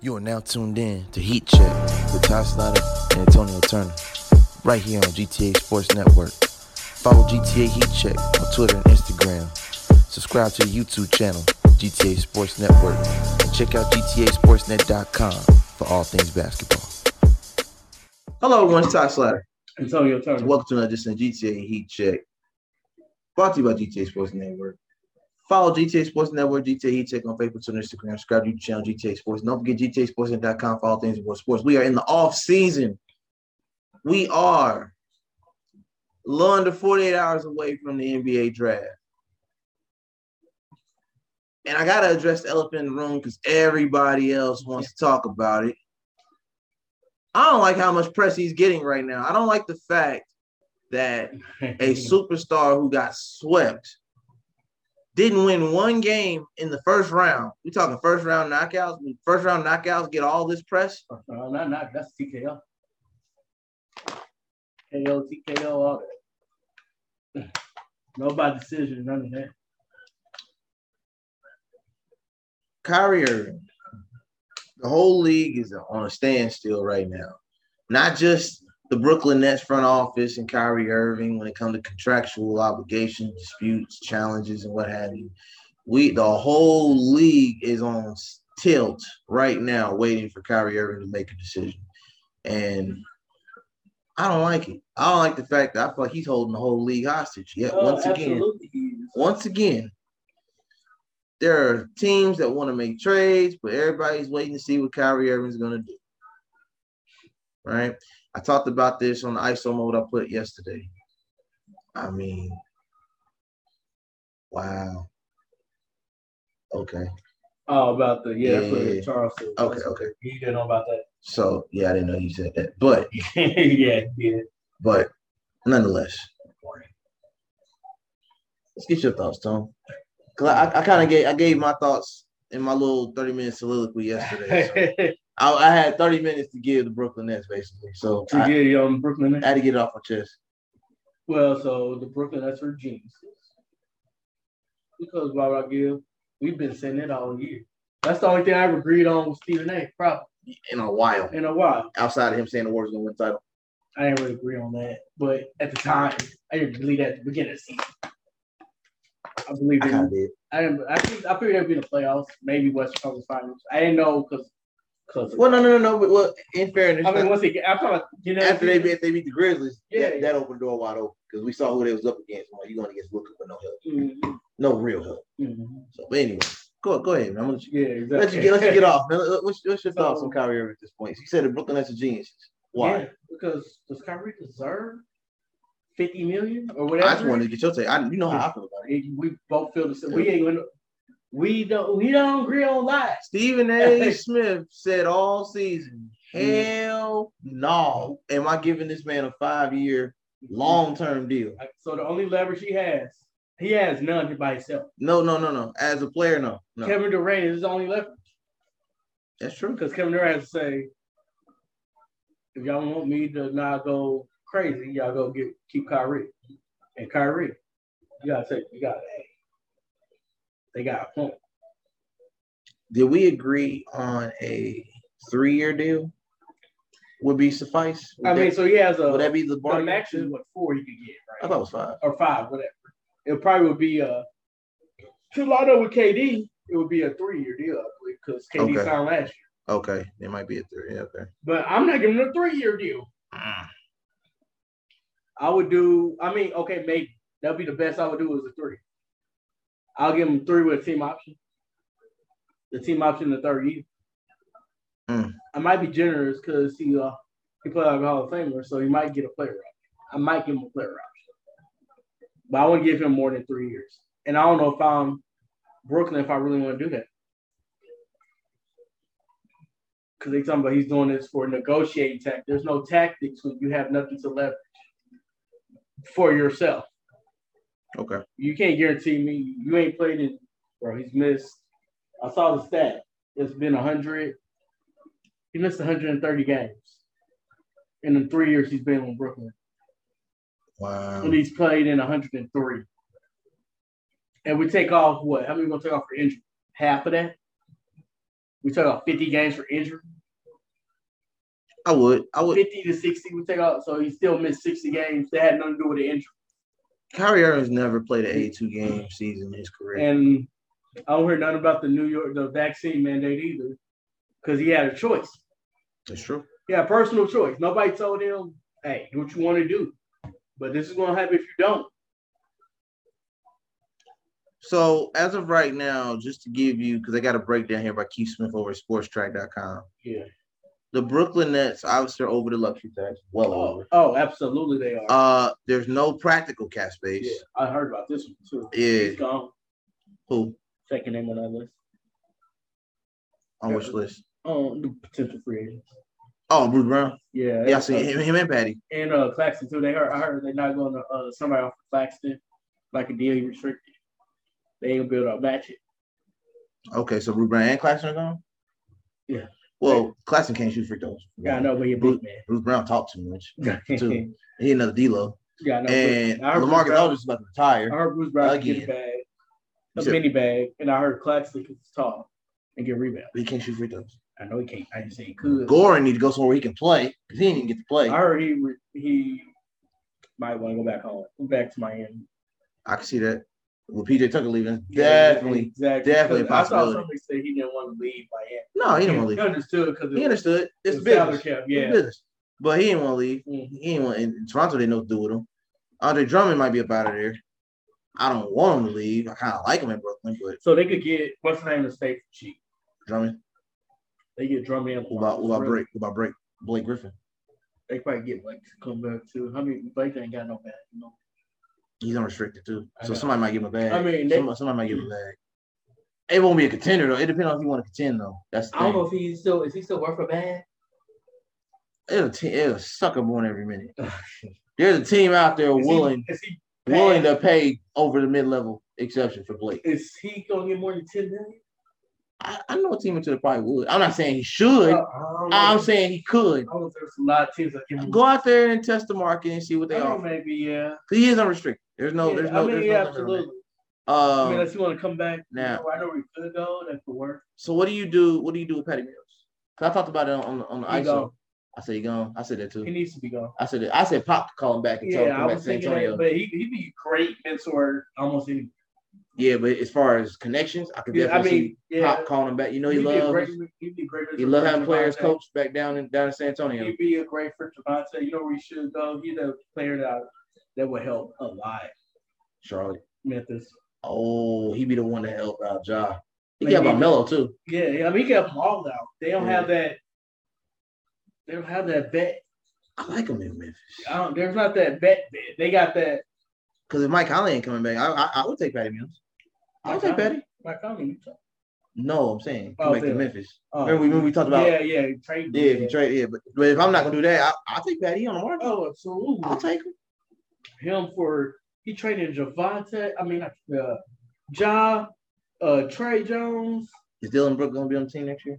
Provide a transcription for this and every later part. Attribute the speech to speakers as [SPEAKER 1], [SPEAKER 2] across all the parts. [SPEAKER 1] You are now tuned in to Heat Check with Ty Snyder and Antonio Turner, right here on GTA Sports Network. Follow GTA Heat Check on Twitter and Instagram. Subscribe to the YouTube channel, GTA Sports Network, and check out GTASportsNet.com for all things basketball. Hello, everyone. It's Ty Snyder.
[SPEAKER 2] Antonio Turner.
[SPEAKER 1] Welcome to another edition of GTA Heat Check, brought to you by GTA Sports Network. Follow GTA Sports Network, GTA Heat Check on Facebook, Twitter, Instagram. Subscribe to YouTube channel GTA Sports. Don't forget GTASportsNet.com for all things about sports. We are in the off season. We are a little under 48 hours away from the NBA draft. And I gotta address the elephant in the room because everybody else wants to talk about it. I don't like how much press he's getting right now. I don't like the fact that a superstar who got swept didn't win one game in the first round. We're talking first round knockouts. When First round knockouts get all this press.
[SPEAKER 2] Uh, not, not, that's TKO. KO, TKO, all that. No by decision, none of that.
[SPEAKER 1] Kyrie Irving, the whole league is on a standstill right now. Not just the Brooklyn Nets front office and Kyrie Irving when it comes to contractual obligations, disputes, challenges, and what have you. We the whole league is on tilt right now, waiting for Kyrie Irving to make a decision. And I don't like it. I don't like the fact that I feel like he's holding the whole league hostage. Yet
[SPEAKER 2] Oh,
[SPEAKER 1] once again,
[SPEAKER 2] absolutely he is.
[SPEAKER 1] once again, there are teams that want to make trades, but everybody's waiting to see what Kyrie Irving's going to do. Right? I talked about this on the ISO mode I put yesterday. I mean, wow. Okay.
[SPEAKER 2] Oh, about the yeah, that's what
[SPEAKER 1] Yeah.
[SPEAKER 2] Charles said.
[SPEAKER 1] Okay. Okay.
[SPEAKER 2] You didn't know about
[SPEAKER 1] So, yeah, I didn't know you said that. But,
[SPEAKER 2] that. yeah, yeah.
[SPEAKER 1] but nonetheless, let's get your thoughts, Tom. 'Cause I, I kind of gave, I gave my thoughts in my little 30 minute soliloquy yesterday. so- I, I had 30 minutes to give the Brooklyn Nets basically. So
[SPEAKER 2] to
[SPEAKER 1] I,
[SPEAKER 2] get you on Brooklyn
[SPEAKER 1] I
[SPEAKER 2] Nets.
[SPEAKER 1] had to get it off my chest.
[SPEAKER 2] Well, so the Brooklyn Nets are geniuses. Because why would I give? We've been saying it all year. That's the only thing I ever agreed on with Stephen A. Probably
[SPEAKER 1] In a while.
[SPEAKER 2] in a while.
[SPEAKER 1] Outside of him saying the Warriors gonna win the title.
[SPEAKER 2] I didn't really agree on that, but at the time, I didn't believe that at the beginning of the season. I believed
[SPEAKER 1] I kinda
[SPEAKER 2] in.
[SPEAKER 1] did.
[SPEAKER 2] I didn't. I, think, I figured it'd be in the playoffs, maybe Western Conference Finals. I didn't know because because.
[SPEAKER 1] Well no no no no but well in fairness
[SPEAKER 2] I mean, once they get, I'm talking about, you know,
[SPEAKER 1] after they beat they beat the Grizzlies,
[SPEAKER 2] Yeah,
[SPEAKER 1] that,
[SPEAKER 2] yeah.
[SPEAKER 1] that opened the door wide open because we saw who they was up against. Like, you going against Booker with no help.
[SPEAKER 2] Mhm,
[SPEAKER 1] No real help.
[SPEAKER 2] mhm.
[SPEAKER 1] So but anyway, go go ahead, man. I'm gonna let you,
[SPEAKER 2] Yeah, exactly.
[SPEAKER 1] let you get let you get off. Man, Let- what's, what's your
[SPEAKER 2] So-
[SPEAKER 1] thoughts on Kyrie Irving at this point? You said the Brooklyn Nets are geniuses. Why?
[SPEAKER 2] Yeah, because does Kyrie deserve fifty million or
[SPEAKER 1] I
[SPEAKER 2] whatever?
[SPEAKER 1] just wanted to get your take. I, you know how I feel about it.
[SPEAKER 2] It- we both feel the same. We ain't gonna. We don't. We don't agree on lies.
[SPEAKER 1] Stephen A. Smith said all season, hell no. Am I giving this man a five year long term deal?
[SPEAKER 2] Like, So the only leverage he has, he has none by himself.
[SPEAKER 1] No, no, no, no. As a player, no. No.
[SPEAKER 2] Kevin Durant is his only leverage
[SPEAKER 1] That's true.
[SPEAKER 2] because Kevin Durant has to say, if y'all want me to not go crazy, y'all go get keep Kyrie and Kyrie. You gotta say you gotta. Hey, they got a point.
[SPEAKER 1] Did we agree on a three year deal? Would be suffice? Would
[SPEAKER 2] I mean,
[SPEAKER 1] that,
[SPEAKER 2] so he has a.
[SPEAKER 1] would that be the
[SPEAKER 2] the
[SPEAKER 1] bargain?
[SPEAKER 2] max is what four you could get, right?
[SPEAKER 1] I thought it was five.
[SPEAKER 2] or five, whatever. It probably would be a to line up with KD. It would be a three-year deal because KD
[SPEAKER 1] Okay.
[SPEAKER 2] signed last year.
[SPEAKER 1] Okay. It might be a three. Yeah, okay. Mm.
[SPEAKER 2] But I'm not giving him a three-year deal. I would do. I mean, okay, maybe that'd be the best I would do is a three. I'll give him three with a team option. The team option, the third year.
[SPEAKER 1] Mm.
[SPEAKER 2] I might be generous because he uh, he played out of Hall of Famer, so he might get a player option. I might give him a player option, but I wouldn't give him more than three years. And I don't know if I'm Brooklyn if I really want to do that because they talking about he's doing this for negotiating tactics. There's no tactics when you have nothing to leverage for yourself.
[SPEAKER 1] Okay.
[SPEAKER 2] You can't guarantee me you ain't played in, bro. He's missed. I saw the stat. It's been 100. He missed 130 games in the three years he's been with Brooklyn,
[SPEAKER 1] Wow.
[SPEAKER 2] and he's played in 103. And we take off what? How many we gonna take off for injury? Half of that. We took out 50 games for injury.
[SPEAKER 1] I would. I would.
[SPEAKER 2] 50 to 60 we take out, so he still missed 60 games. That had nothing to do with the injury.
[SPEAKER 1] Kyrie Irving's never played an 82 game season in his career.
[SPEAKER 2] And I don't hear nothing about the New York the vaccine mandate either, because he had a choice.
[SPEAKER 1] That's true.
[SPEAKER 2] Yeah, personal choice. Nobody told him, hey, do what you want to do. But this is going to happen if you don't.
[SPEAKER 1] So as of right now, just to give you, because I got a breakdown here by Keith Smith over at sportstrack.com.
[SPEAKER 2] Yeah.
[SPEAKER 1] The Brooklyn Nets obviously are over the luxury tax, well
[SPEAKER 2] Oh,
[SPEAKER 1] over.
[SPEAKER 2] oh, absolutely they are.
[SPEAKER 1] Uh, there's no practical cap space.
[SPEAKER 2] yeah, I heard about this one too.
[SPEAKER 1] Yeah.
[SPEAKER 2] He's gone.
[SPEAKER 1] Who
[SPEAKER 2] Second name on that list.
[SPEAKER 1] on
[SPEAKER 2] Yeah.
[SPEAKER 1] which list?
[SPEAKER 2] Oh, the potential free agents.
[SPEAKER 1] Oh, Bruce Brown.
[SPEAKER 2] Yeah. Uh,
[SPEAKER 1] Yeah, I see him, him and Patty.
[SPEAKER 2] And uh, Claxton too. They heard. I heard they're not going to uh, somebody off of Claxton like a deal restricted. They ain't gonna be able to match it.
[SPEAKER 1] Okay, so Bruce Brown and Claxton are gone.
[SPEAKER 2] Yeah.
[SPEAKER 1] Well, Claxton can't shoot free throws.
[SPEAKER 2] Yeah, I know, but you're big
[SPEAKER 1] Bruce Brown talked too much.
[SPEAKER 2] man.
[SPEAKER 1] Too. He another D-Lo.
[SPEAKER 2] yeah, I know.
[SPEAKER 1] and
[SPEAKER 2] but I heard Bruce
[SPEAKER 1] Lamarcus
[SPEAKER 2] Brown,
[SPEAKER 1] Aldridge is about to retire.
[SPEAKER 2] I heard Bruce Brown
[SPEAKER 1] Again.
[SPEAKER 2] get a bag, a
[SPEAKER 1] You said-
[SPEAKER 2] mini bag, and I heard Claxton because he's tall and get rebound.
[SPEAKER 1] But he can't shoot free throws.
[SPEAKER 2] I know he can't. I just ain't could.
[SPEAKER 1] Goran need to go somewhere he can play because he didn't even get to play.
[SPEAKER 2] I heard he re- he might want to go back home, back to Miami.
[SPEAKER 1] I can see that with PJ Tucker leaving. Definitely.
[SPEAKER 2] exactly.
[SPEAKER 1] definitely a
[SPEAKER 2] Because I
[SPEAKER 1] possibility.
[SPEAKER 2] saw somebody say he didn't want to leave Miami.
[SPEAKER 1] No, he didn't want
[SPEAKER 2] He
[SPEAKER 1] to leave.
[SPEAKER 2] understood because
[SPEAKER 1] He understood. It's
[SPEAKER 2] salary
[SPEAKER 1] business.
[SPEAKER 2] cap.
[SPEAKER 1] It's
[SPEAKER 2] Yeah.
[SPEAKER 1] business. But he didn't want to leave.
[SPEAKER 2] Mm.
[SPEAKER 1] He didn't want. And Toronto didn't know what to do with him. Andre Drummond might be up out of there. I don't want him to leave. I kind of like him in Brooklyn, but
[SPEAKER 2] So they could get what's the name of the state for cheap.
[SPEAKER 1] Drummond.
[SPEAKER 2] They get Drummond. and
[SPEAKER 1] What about what about
[SPEAKER 2] Lamar.
[SPEAKER 1] break? What about break? Blake Griffin.
[SPEAKER 2] They probably get Blake to come back too. I mean, Blake ain't got no bad. You know.
[SPEAKER 1] He's unrestricted too.
[SPEAKER 2] I
[SPEAKER 1] So
[SPEAKER 2] know.
[SPEAKER 1] somebody might give him a bag.
[SPEAKER 2] I mean, they-
[SPEAKER 1] somebody, somebody might give him a bag. It won't be a contender though. It depends on if you want to contend though. That's the
[SPEAKER 2] I don't
[SPEAKER 1] thing.
[SPEAKER 2] know if he's still is he still worth a bag.
[SPEAKER 1] It'll, te- it'll suck up on every minute. There's a team out there willing
[SPEAKER 2] He, is he
[SPEAKER 1] willing to pay over the mid level exception for Blake.
[SPEAKER 2] is he gonna get more than ten million?
[SPEAKER 1] I, I know a team or two that probably would. I'm not saying he should.
[SPEAKER 2] Oh, don't know.
[SPEAKER 1] I'm saying he could.
[SPEAKER 2] I don't know if there's a lot of teams that give him.
[SPEAKER 1] Go out there and test the market and see what they
[SPEAKER 2] I don't
[SPEAKER 1] offer.
[SPEAKER 2] know, maybe yeah.
[SPEAKER 1] 'Cause He is unrestricted. There's no,
[SPEAKER 2] yeah,
[SPEAKER 1] there's no,
[SPEAKER 2] I mean,
[SPEAKER 1] there's
[SPEAKER 2] yeah,
[SPEAKER 1] no limit on
[SPEAKER 2] absolutely.
[SPEAKER 1] that.
[SPEAKER 2] I
[SPEAKER 1] Um,
[SPEAKER 2] mean, unless you want to come back
[SPEAKER 1] now-
[SPEAKER 2] you know, I know where you could go. That could work.
[SPEAKER 1] so what do you do? What do you do with Patty Mills? Cause I talked about it on, on, the- on the
[SPEAKER 2] He
[SPEAKER 1] ISO.
[SPEAKER 2] gone.
[SPEAKER 1] I said he gone. I said that
[SPEAKER 2] He
[SPEAKER 1] too.
[SPEAKER 2] needs to be gone.
[SPEAKER 1] I said that. I said Pop could call him back and tell him to
[SPEAKER 2] Yeah, I
[SPEAKER 1] come back to
[SPEAKER 2] was
[SPEAKER 1] San
[SPEAKER 2] thinking
[SPEAKER 1] Antonio.
[SPEAKER 2] that, but he he'd be a great mentor almost any.
[SPEAKER 1] yeah, but as far as connections, I could
[SPEAKER 2] Yeah, I
[SPEAKER 1] definitely
[SPEAKER 2] mean,
[SPEAKER 1] see
[SPEAKER 2] yeah,
[SPEAKER 1] Pop calling him back. You know he
[SPEAKER 2] he'd be a great,
[SPEAKER 1] loves
[SPEAKER 2] he'd be a great.
[SPEAKER 1] he love having
[SPEAKER 2] Javante.
[SPEAKER 1] players coach back down in down in San Antonio.
[SPEAKER 2] He'd be a great for Javante. You know where he should go. He's a player that that would help a lot.
[SPEAKER 1] Charlotte.
[SPEAKER 2] Memphis.
[SPEAKER 1] Oh, he be the one to help out Ja. He
[SPEAKER 2] Maybe.
[SPEAKER 1] got about Melo too.
[SPEAKER 2] Yeah, yeah, I mean, he got them all out. They don't have that. They don't have that bet.
[SPEAKER 1] I like him in Memphis.
[SPEAKER 2] I don't, there's not that bet bet. They got that.
[SPEAKER 1] Because if Mike Conley ain't coming back, I, I, I would take Patty Mills. I would
[SPEAKER 2] Mike
[SPEAKER 1] take Patty.
[SPEAKER 2] Like, I mean,
[SPEAKER 1] No, I'm saying
[SPEAKER 2] Oh,
[SPEAKER 1] come back to
[SPEAKER 2] yeah.
[SPEAKER 1] Memphis.
[SPEAKER 2] uh,
[SPEAKER 1] Remember, we, remember we talked about yeah,
[SPEAKER 2] yeah, yeah, trade.
[SPEAKER 1] if you trade, yeah, but, but if I'm not gonna do that, I, I'll take Patty He on the market.
[SPEAKER 2] Oh, absolutely.
[SPEAKER 1] I'll take him.
[SPEAKER 2] him for he traded Javante. I mean, uh, Ja, uh, Trey Jones.
[SPEAKER 1] Is Dylan Brooke gonna be on the team next year?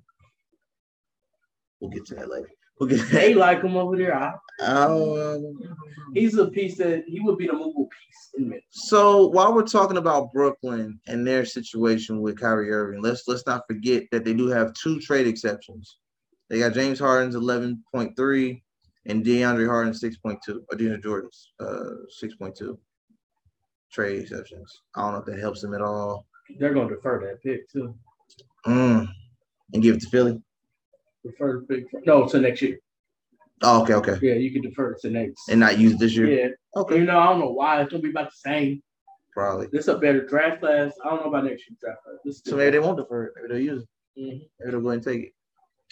[SPEAKER 1] We'll get to that later. We'll get to
[SPEAKER 2] They
[SPEAKER 1] that.
[SPEAKER 2] like him over there. I,
[SPEAKER 1] Um,
[SPEAKER 2] he's a piece that he would be the movable piece in Memphis.
[SPEAKER 1] So while we're talking about Brooklyn and their situation with Kyrie Irving, let's let's not forget that they do have two trade exceptions. They got James Harden's eleven point three and DeAndre Harden six point two, or DeAndre Jordan's uh six point two trade exceptions. I don't know if that helps them at all.
[SPEAKER 2] They're going to defer that pick too.
[SPEAKER 1] Mm. And give it to Philly.
[SPEAKER 2] Defer the pick. For, no, to next year.
[SPEAKER 1] Oh, okay, okay.
[SPEAKER 2] Yeah, you can defer it to next.
[SPEAKER 1] And not use it this year.
[SPEAKER 2] yeah,
[SPEAKER 1] Okay,
[SPEAKER 2] Oh, you know, I don't know why it's gonna be about the same.
[SPEAKER 1] probably.
[SPEAKER 2] This a better draft class. I don't know about next year's draft class. This is
[SPEAKER 1] So maybe they won't defer it. Maybe they'll use it.
[SPEAKER 2] Mhm.
[SPEAKER 1] Maybe they'll go ahead and take it.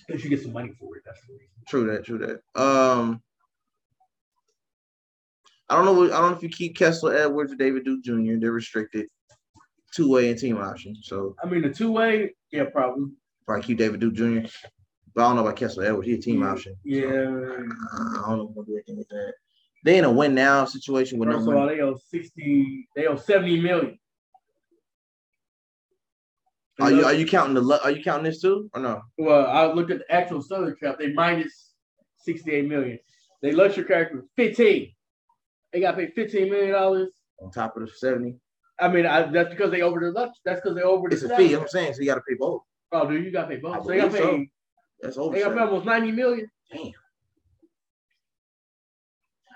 [SPEAKER 2] They should get some money for it. That's the reason.
[SPEAKER 1] True that. True that. Um, I don't know. What, I don't know if you keep Kessler Edwards or David Duke Jr. They're restricted two way and team option, so
[SPEAKER 2] I mean, the two way, yeah, probably.
[SPEAKER 1] probably keep David Duke Jr. But I don't know about Kessler Edwards. He's a team option. so I
[SPEAKER 2] Yeah.
[SPEAKER 1] I don't know what to do anything with that. They in a win now situation with no
[SPEAKER 2] First of all,
[SPEAKER 1] money.
[SPEAKER 2] they owe sixty. They owe seventy million.
[SPEAKER 1] Are you are you counting the lu- are you counting this too or no?
[SPEAKER 2] well, I looked at the actual salary cap. They minus sixty-eight million. They luxury cap was fifteen. They got paid fifteen million dollars.
[SPEAKER 1] On top of the seventy,
[SPEAKER 2] I mean, I, that's because they over the lux. That's because they over the.
[SPEAKER 1] it's a
[SPEAKER 2] salary
[SPEAKER 1] fee. I'm
[SPEAKER 2] cap.
[SPEAKER 1] saying so you got to pay both.
[SPEAKER 2] Oh, dude, you got to pay both.
[SPEAKER 1] I
[SPEAKER 2] So they got to
[SPEAKER 1] believe
[SPEAKER 2] pay.
[SPEAKER 1] That's
[SPEAKER 2] They got to pay
[SPEAKER 1] over.
[SPEAKER 2] almost ninety million.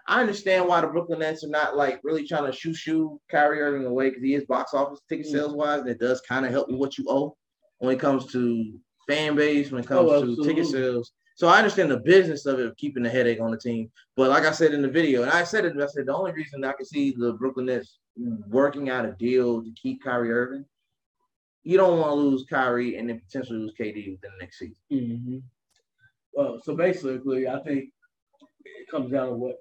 [SPEAKER 1] I understand why the Brooklyn Nets are not like really trying to shoo shoo Kyrie Irving away because he is box office ticket
[SPEAKER 2] Mm.
[SPEAKER 1] sales wise. That does kind of help with what you owe when it comes to fan base, when it comes
[SPEAKER 2] Oh,
[SPEAKER 1] to ticket
[SPEAKER 2] absolutely.
[SPEAKER 1] sales. So I understand the business of it of keeping the headache on the team. But like I said in the video, and I said it, I said the only reason I can see the Brooklyn Nets working out a deal to keep Kyrie Irving, you don't want to lose Kyrie and then potentially lose KD within the next season.
[SPEAKER 2] Mm-hmm. Well, so basically, I think it comes down to what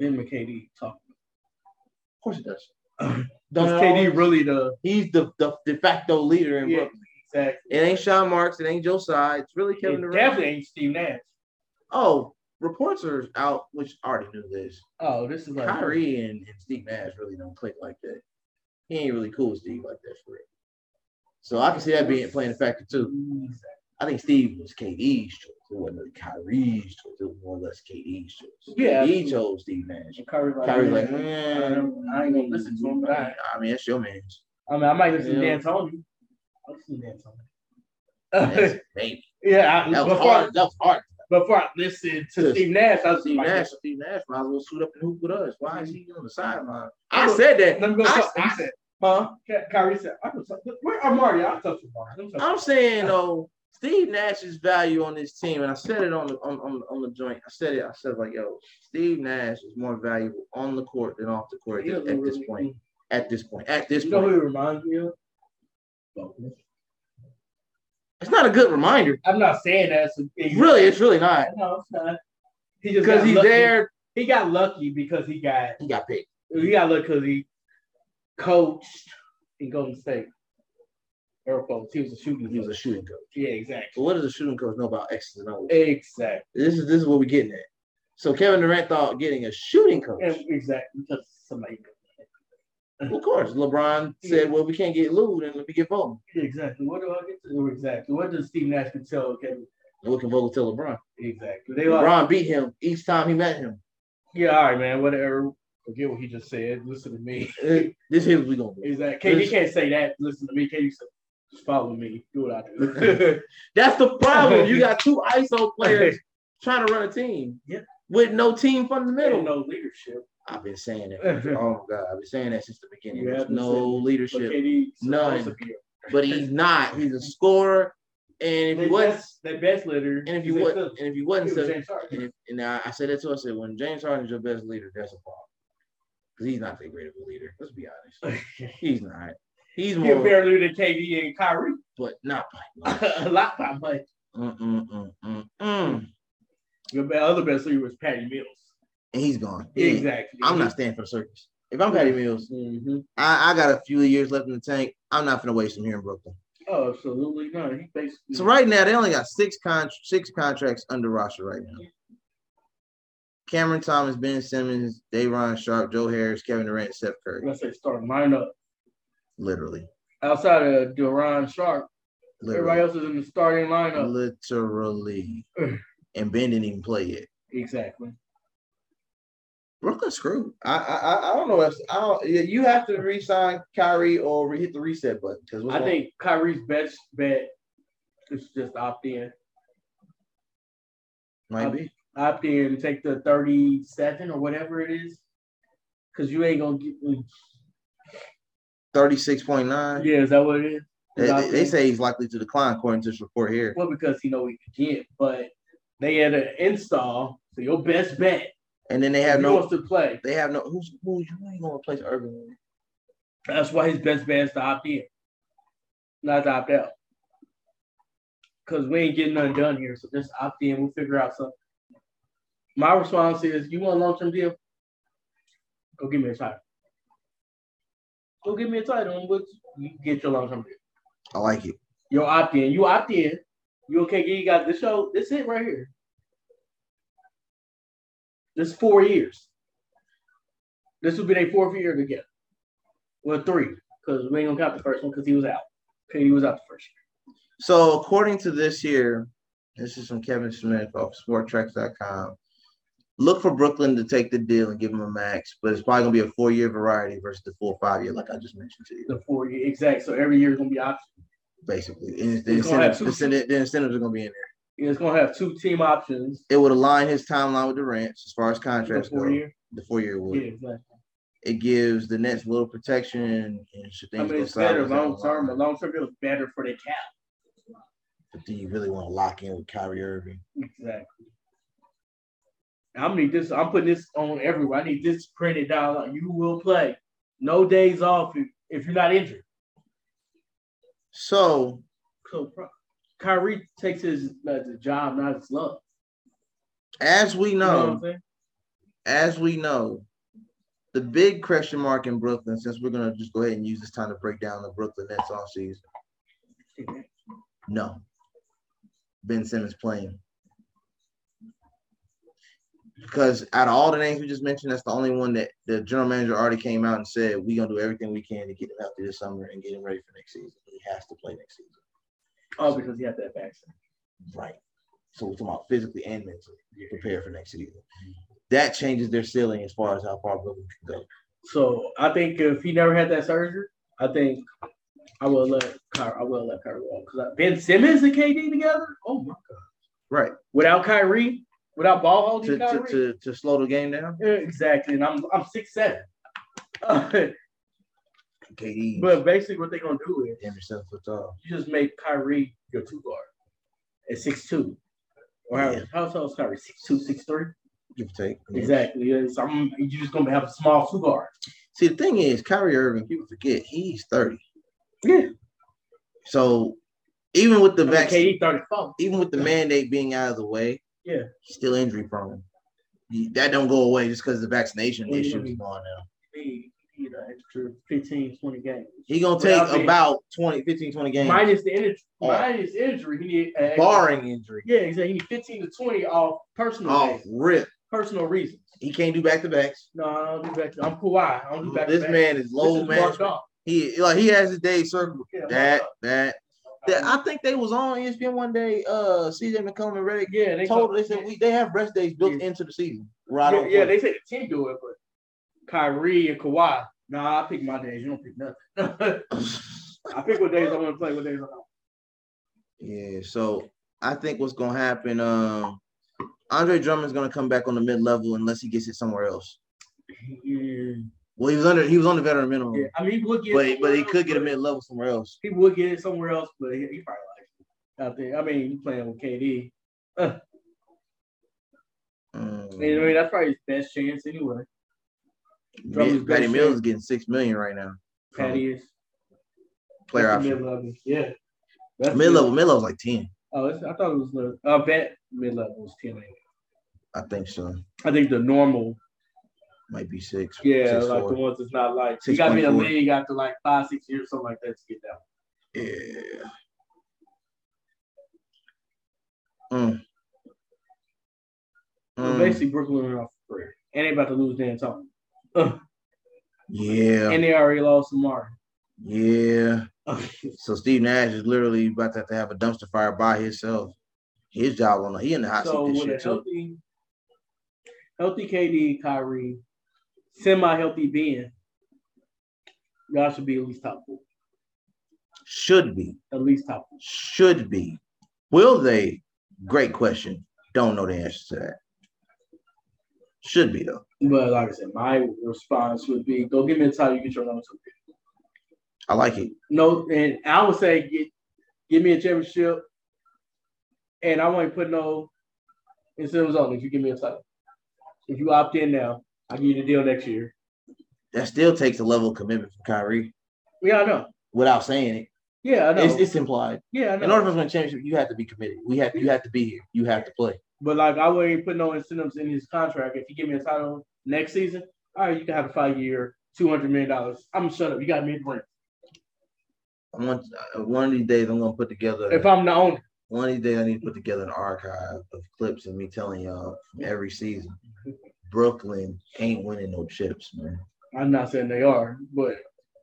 [SPEAKER 2] Ben and KD talk.
[SPEAKER 1] Of course it does.
[SPEAKER 2] Is
[SPEAKER 1] Don't it
[SPEAKER 2] KD
[SPEAKER 1] always?
[SPEAKER 2] really uh, the
[SPEAKER 1] He's the, the de facto leader in Brooklyn.
[SPEAKER 2] exactly?
[SPEAKER 1] It ain't Sean Marks. It ain't Joe Tsai. It's really Kevin
[SPEAKER 2] It
[SPEAKER 1] Durant.
[SPEAKER 2] definitely ain't Steve Nash.
[SPEAKER 1] Oh, reports are out, which I already knew this.
[SPEAKER 2] Oh, this is like
[SPEAKER 1] Kyrie and, and Steve Nash really don't click like that. He ain't really cool with Steve like that for real. So I can see that being playing a factor too. I think Steve was KD's choice. It wasn't really Kyrie's choice. It was more or less KD's choice.
[SPEAKER 2] Yeah,
[SPEAKER 1] he chose Steve Nash.
[SPEAKER 2] And Kyrie, like,
[SPEAKER 1] Kyrie's like,
[SPEAKER 2] man,
[SPEAKER 1] man,
[SPEAKER 2] I ain't gonna listen to him, but I-
[SPEAKER 1] I mean, that's your man's.
[SPEAKER 2] I mean, I might listen to
[SPEAKER 1] Yeah.
[SPEAKER 2] Dan Tony. I'll listen to Dan Tony.
[SPEAKER 1] That's, baby.
[SPEAKER 2] yeah, I,
[SPEAKER 1] That was
[SPEAKER 2] before,
[SPEAKER 1] hard. That was hard.
[SPEAKER 2] before I listened to
[SPEAKER 1] Yes.
[SPEAKER 2] Steve Nash, I was
[SPEAKER 1] Steve
[SPEAKER 2] like,
[SPEAKER 1] Nash, Steve Nash might as well suit up and hoop with us. Why is he on the sideline? I
[SPEAKER 2] I'm a-
[SPEAKER 1] said that.
[SPEAKER 2] Let me go
[SPEAKER 1] I-
[SPEAKER 2] talk.
[SPEAKER 1] I-
[SPEAKER 2] He said, huh? Ky- Kyrie said, I can talk. Where are Mario? I'll touch with Mario. Don't touch
[SPEAKER 1] I'm saying though, Steve Nash's value on this team, and I said it on the on, on, on the joint. I said it. I said like, yo, Steve Nash is more valuable on the court than off the court
[SPEAKER 2] He
[SPEAKER 1] at,
[SPEAKER 2] doesn't
[SPEAKER 1] at this
[SPEAKER 2] really-
[SPEAKER 1] point. At this point. At this
[SPEAKER 2] You know who
[SPEAKER 1] point.
[SPEAKER 2] he reminds me of? Bogut.
[SPEAKER 1] It's not a good reminder.
[SPEAKER 2] I'm not saying that. So
[SPEAKER 1] Really, it's really not.
[SPEAKER 2] No, it's not. He just
[SPEAKER 1] Because
[SPEAKER 2] got
[SPEAKER 1] he's
[SPEAKER 2] lucky.
[SPEAKER 1] there.
[SPEAKER 2] He got lucky because he got
[SPEAKER 1] He got picked.
[SPEAKER 2] he got lucky because he coached in Golden State. Air quotes. He was a shooting.
[SPEAKER 1] He was a
[SPEAKER 2] coach.
[SPEAKER 1] shooting coach.
[SPEAKER 2] yeah, exactly.
[SPEAKER 1] But what does a shooting coach know about X's and O's?
[SPEAKER 2] Exactly.
[SPEAKER 1] This is this is what we're getting at. So Kevin Durant thought getting a shooting coach.
[SPEAKER 2] And exactly because somebody.
[SPEAKER 1] Of course, LeBron said, "Well, we can't get Lou, then let me get Vogel."
[SPEAKER 2] Exactly. What do I get to do? Exactly. What does Steve Nash can tell? Okay.
[SPEAKER 1] And what can Vogel tell LeBron?
[SPEAKER 2] Exactly. They like,
[SPEAKER 1] LeBron beat him each time he met him.
[SPEAKER 2] yeah, all right, man. Whatever. Forget what he just said. Listen to me.
[SPEAKER 1] Eh, This is what we gonna do.
[SPEAKER 2] Exactly. KD can't say that. Listen to me. KD said, just follow me. Do what I do.
[SPEAKER 1] That's the problem. You got two ISO players trying to run a team
[SPEAKER 2] Yeah.
[SPEAKER 1] with no team
[SPEAKER 2] Middle
[SPEAKER 1] fundamental.
[SPEAKER 2] no leadership.
[SPEAKER 1] I've been saying that. Oh my god, I've been saying that since the beginning.
[SPEAKER 2] You have
[SPEAKER 1] There's
[SPEAKER 2] been
[SPEAKER 1] no
[SPEAKER 2] saying But
[SPEAKER 1] leadership,
[SPEAKER 2] KD supposed
[SPEAKER 1] None.
[SPEAKER 2] to be a-
[SPEAKER 1] but he's not. He's a scorer, and if
[SPEAKER 2] They
[SPEAKER 1] he was,
[SPEAKER 2] best, their best leader.
[SPEAKER 1] and if you
[SPEAKER 2] is
[SPEAKER 1] was,
[SPEAKER 2] their son.
[SPEAKER 1] and if you
[SPEAKER 2] It
[SPEAKER 1] wasn't,
[SPEAKER 2] was
[SPEAKER 1] so,
[SPEAKER 2] James Harden.
[SPEAKER 1] and, if, and I, I said that to I said when James Harden's your best leader, that's a problem because he's not that great of a leader. Let's be honest, he's not. He's
[SPEAKER 2] He a
[SPEAKER 1] more,
[SPEAKER 2] better leader than KD and Kyrie.
[SPEAKER 1] but not by much.
[SPEAKER 2] a lot by much.
[SPEAKER 1] Mm, mm, mm, mm, mm.
[SPEAKER 2] Your be- other best leader was Patty Mills.
[SPEAKER 1] And he's gone. He ain't-
[SPEAKER 2] Exactly.
[SPEAKER 1] I'm not standing for the circus. If I'm Patty Mills,
[SPEAKER 2] Mhm.
[SPEAKER 1] I, I got a few years left in the tank. I'm not gonna waste them here in Brooklyn.
[SPEAKER 2] Oh, absolutely not. He basically.
[SPEAKER 1] So right now they only got six con six contracts under roster right now. Cameron Thomas, Ben Simmons, Dayron Sharp, Joe Harris, Kevin Durant, and Steph
[SPEAKER 2] I'm
[SPEAKER 1] Curry.
[SPEAKER 2] gonna say starting lineup
[SPEAKER 1] Literally,
[SPEAKER 2] outside of Duran Sharp. Everybody
[SPEAKER 1] literally,
[SPEAKER 2] else is in the starting lineup.
[SPEAKER 1] literally. And Ben didn't even play yet.
[SPEAKER 2] Exactly.
[SPEAKER 1] Brooklyn screwed. I I I- I don't know. What else. I don't. yeah, You have to resign Kyrie or re- hit the reset button because
[SPEAKER 2] I think Kyrie's best bet is just opt in.
[SPEAKER 1] might be.
[SPEAKER 2] opt in, take the 37 or whatever it is. Cause you ain't gonna get
[SPEAKER 1] Thirty six point nine.
[SPEAKER 2] yeah, is that what it is?
[SPEAKER 1] They,
[SPEAKER 2] Is
[SPEAKER 1] they-
[SPEAKER 2] opt
[SPEAKER 1] they
[SPEAKER 2] in?
[SPEAKER 1] say he's likely to decline according to this report here.
[SPEAKER 2] well because he know he could get, but they had an install, so your best bet
[SPEAKER 1] And then they
[SPEAKER 2] if
[SPEAKER 1] have
[SPEAKER 2] he
[SPEAKER 1] no
[SPEAKER 2] wants to play.
[SPEAKER 1] they have no who's who who you gonna replace Irving with?
[SPEAKER 2] That's why his best bet is to opt in, not to opt out. Cause we ain't getting nothing done here, so just opt in. We'll figure out something. My response is, you want a long term deal? Go give me a title. Go give me a title, and we'll you get your long term deal.
[SPEAKER 1] I like it.
[SPEAKER 2] You're opt in. You opt in. You okay? You got this show. This it right here. This four years. This will be their fourth year together. Well, three, because we ain't gonna count the first one because he was out. Okay, he was out the first
[SPEAKER 1] So according to this here, this is from Kevin Smith off sporttracks.com. Look for Brooklyn to take the deal and give him a max, but it's probably gonna be a four year variety versus the full five year, like I just mentioned to you.
[SPEAKER 2] year. The four year exact. So every year is gonna be option.
[SPEAKER 1] basically. And the,
[SPEAKER 2] He's gonna have
[SPEAKER 1] incentives, the, incenti- the incentives are going to be in there.
[SPEAKER 2] It's gonna have two team options
[SPEAKER 1] It would align his timeline with Durant's as far as
[SPEAKER 2] for
[SPEAKER 1] contracts
[SPEAKER 2] four
[SPEAKER 1] go.
[SPEAKER 2] year.
[SPEAKER 1] The four year would.
[SPEAKER 2] Yeah, exactly.
[SPEAKER 1] It gives the Nets a little protection and should
[SPEAKER 2] I
[SPEAKER 1] things
[SPEAKER 2] mean,
[SPEAKER 1] go
[SPEAKER 2] it's better
[SPEAKER 1] sideways.
[SPEAKER 2] long term, but long term it's better for the cap.
[SPEAKER 1] But do you really want to lock in with Kyrie Irving?
[SPEAKER 2] Exactly. I need this. I'm putting this on everywhere. I need this printed out. Like, you will play. No days off if, if you're not injured.
[SPEAKER 1] So
[SPEAKER 2] So pro- Kyrie takes his uh, the job, not his luck.
[SPEAKER 1] as we
[SPEAKER 2] You know what
[SPEAKER 1] know,
[SPEAKER 2] I'm saying?
[SPEAKER 1] as we know, the big question mark in Brooklyn, since we're gonna just go ahead and use this time to break down the Brooklyn Nets offseason. No. Ben Simmons playing. Because out of all the names we just mentioned, that's the only one that the general manager already came out and said we're gonna do everything we can to get him out through the summer and get him ready for next season. He has to play next season.
[SPEAKER 2] Oh, because he had that vaccine.
[SPEAKER 1] Right. So we're talking about physically and mentally prepare for next season. That changes their ceiling as far as how far Brooklyn can go.
[SPEAKER 2] So I think if he never had that surgery, I think I will let Kyrie. I will let Kyrie walk because Ben Simmons and KD together. Oh my god!
[SPEAKER 1] Right.
[SPEAKER 2] Without Kyrie, without ball
[SPEAKER 1] To, to,
[SPEAKER 2] holding Kyrie,
[SPEAKER 1] to, to slow the game down.
[SPEAKER 2] Yeah, exactly. And I'm I'm six seven.
[SPEAKER 1] KD
[SPEAKER 2] but basically, what they're gonna do is
[SPEAKER 1] damn yourself foot tall.
[SPEAKER 2] you just make Kyrie your two guard at six two. Or how,
[SPEAKER 1] Yeah.
[SPEAKER 2] how tall is Kyrie? Six two, six three.
[SPEAKER 1] Give or take.
[SPEAKER 2] Exactly. Yeah, so I'm, you're just gonna have a small two guard.
[SPEAKER 1] See, the thing is, Kyrie Irving, people forget he's 30.
[SPEAKER 2] Yeah.
[SPEAKER 1] So even with the
[SPEAKER 2] I mean,
[SPEAKER 1] vaccine,
[SPEAKER 2] KD thirty four.
[SPEAKER 1] even with the mandate being out of the way,
[SPEAKER 2] Yeah.
[SPEAKER 1] he's still injury prone. You- That don't go away just because the vaccination
[SPEAKER 2] Well, you
[SPEAKER 1] issue is
[SPEAKER 2] mean-
[SPEAKER 1] gone now.
[SPEAKER 2] He he need an extra 15, 20 games.
[SPEAKER 1] He gonna
[SPEAKER 2] Well,
[SPEAKER 1] take
[SPEAKER 2] I mean-
[SPEAKER 1] about 20, 15, 20 games,
[SPEAKER 2] Minus the injury,
[SPEAKER 1] Oh.
[SPEAKER 2] minus injury, he need an extra-
[SPEAKER 1] barring injury.
[SPEAKER 2] Yeah, exactly. He need fifteen to twenty off personal
[SPEAKER 1] Off
[SPEAKER 2] days,
[SPEAKER 1] rip.
[SPEAKER 2] personal reasons.
[SPEAKER 1] He can't do back to backs.
[SPEAKER 2] No, I don't do back. I'm Kawhi. I don't do back.
[SPEAKER 1] This man is low
[SPEAKER 2] is marked
[SPEAKER 1] management.
[SPEAKER 2] off.
[SPEAKER 1] He like he has his day circled.
[SPEAKER 2] Yeah, marked
[SPEAKER 1] That
[SPEAKER 2] off.
[SPEAKER 1] that that.
[SPEAKER 2] Um,
[SPEAKER 1] I think they was on E ESPN one day. Uh, CJ McCollum and Reddick
[SPEAKER 2] Yeah, they
[SPEAKER 1] told they said we they have rest days built
[SPEAKER 2] Yeah.
[SPEAKER 1] into the season.
[SPEAKER 2] Yeah,
[SPEAKER 1] Right. on
[SPEAKER 2] yeah,
[SPEAKER 1] point.
[SPEAKER 2] they say the team do it, but Kyrie and Kawhi. Nah, I pick my days. You don't pick nothing. I pick what days I want to play. What days I don't.
[SPEAKER 1] Yeah, so I think what's gonna happen, um, Andre Drummond's gonna come back on the mid level unless he gets it somewhere else.
[SPEAKER 2] Yeah,
[SPEAKER 1] Well, he was under he was on the veteran minimum,
[SPEAKER 2] yeah. I mean, he would get,
[SPEAKER 1] but but he
[SPEAKER 2] somewhere
[SPEAKER 1] could get a
[SPEAKER 2] else,
[SPEAKER 1] mid level somewhere else.
[SPEAKER 2] but He would get it somewhere else, but he, he probably like it out there. I mean, he's playing with KD. I mean, I
[SPEAKER 1] Mm.
[SPEAKER 2] mean, that's probably his best chance anyway. Drummond's
[SPEAKER 1] Mid- Patty
[SPEAKER 2] best
[SPEAKER 1] Mills
[SPEAKER 2] chance.
[SPEAKER 1] is getting six million right now. from
[SPEAKER 2] Patty is
[SPEAKER 1] Uh, player
[SPEAKER 2] that's the
[SPEAKER 1] option.
[SPEAKER 2] mid-level. Yeah, That's
[SPEAKER 1] Mid level, mid level's like ten,
[SPEAKER 2] Oh, it's, I thought it was. low. I bet mid level was ten. anyway.
[SPEAKER 1] I think so.
[SPEAKER 2] I think the normal
[SPEAKER 1] Might be six.
[SPEAKER 2] Yeah,
[SPEAKER 1] six,
[SPEAKER 2] like
[SPEAKER 1] four.
[SPEAKER 2] the ones that's not like you got to be in the
[SPEAKER 1] 6.4.
[SPEAKER 2] league after like five, six years, something like that to get that.
[SPEAKER 1] Yeah. Mm.
[SPEAKER 2] One.
[SPEAKER 1] Mm.
[SPEAKER 2] But Basically, Brooklyn are off for career, and they about to lose Dan Tony,
[SPEAKER 1] Yeah.
[SPEAKER 2] and they already lost Amari.
[SPEAKER 1] Yeah.
[SPEAKER 2] yeah,
[SPEAKER 1] So Steve Nash is literally about to have to, have a dumpster fire by himself. His job on he in the hot
[SPEAKER 2] so
[SPEAKER 1] seat this
[SPEAKER 2] with
[SPEAKER 1] year
[SPEAKER 2] a
[SPEAKER 1] too.
[SPEAKER 2] healthy, healthy KD, Kyrie, semi-healthy Ben, y'all should be at least top four,
[SPEAKER 1] Should be,
[SPEAKER 2] at least top four.
[SPEAKER 1] should be. Will they? Great question. Don't know the answer to that. Should be though.
[SPEAKER 2] But like I said, my response would be go give me a title, you get your number two. pick.
[SPEAKER 1] I like it.
[SPEAKER 2] No, and I would say get give me a championship, and I won't put no incentives on if you give me a title. If you opt in now, I give you the deal next year.
[SPEAKER 1] That still takes a level of commitment from Kyrie
[SPEAKER 2] Yeah, I know.
[SPEAKER 1] without saying it.
[SPEAKER 2] Yeah, I know.
[SPEAKER 1] It's, it's implied.
[SPEAKER 2] yeah, I know.
[SPEAKER 1] In order for us to win a championship, you have to be committed. We have you have to be here. You have to play.
[SPEAKER 2] but like I wouldn't put no incentives in his contract. If you give me a title next season, all right, you can have a five year, two hundred million dollars. I'm gonna shut up. You got me rent.
[SPEAKER 1] I want uh, one of these days I'm gonna put together
[SPEAKER 2] If I'm the owner,
[SPEAKER 1] One of these days, I need to put together an archive of clips of me telling y'all from every season. Brooklyn ain't winning no chips, man.
[SPEAKER 2] I'm not saying they are, but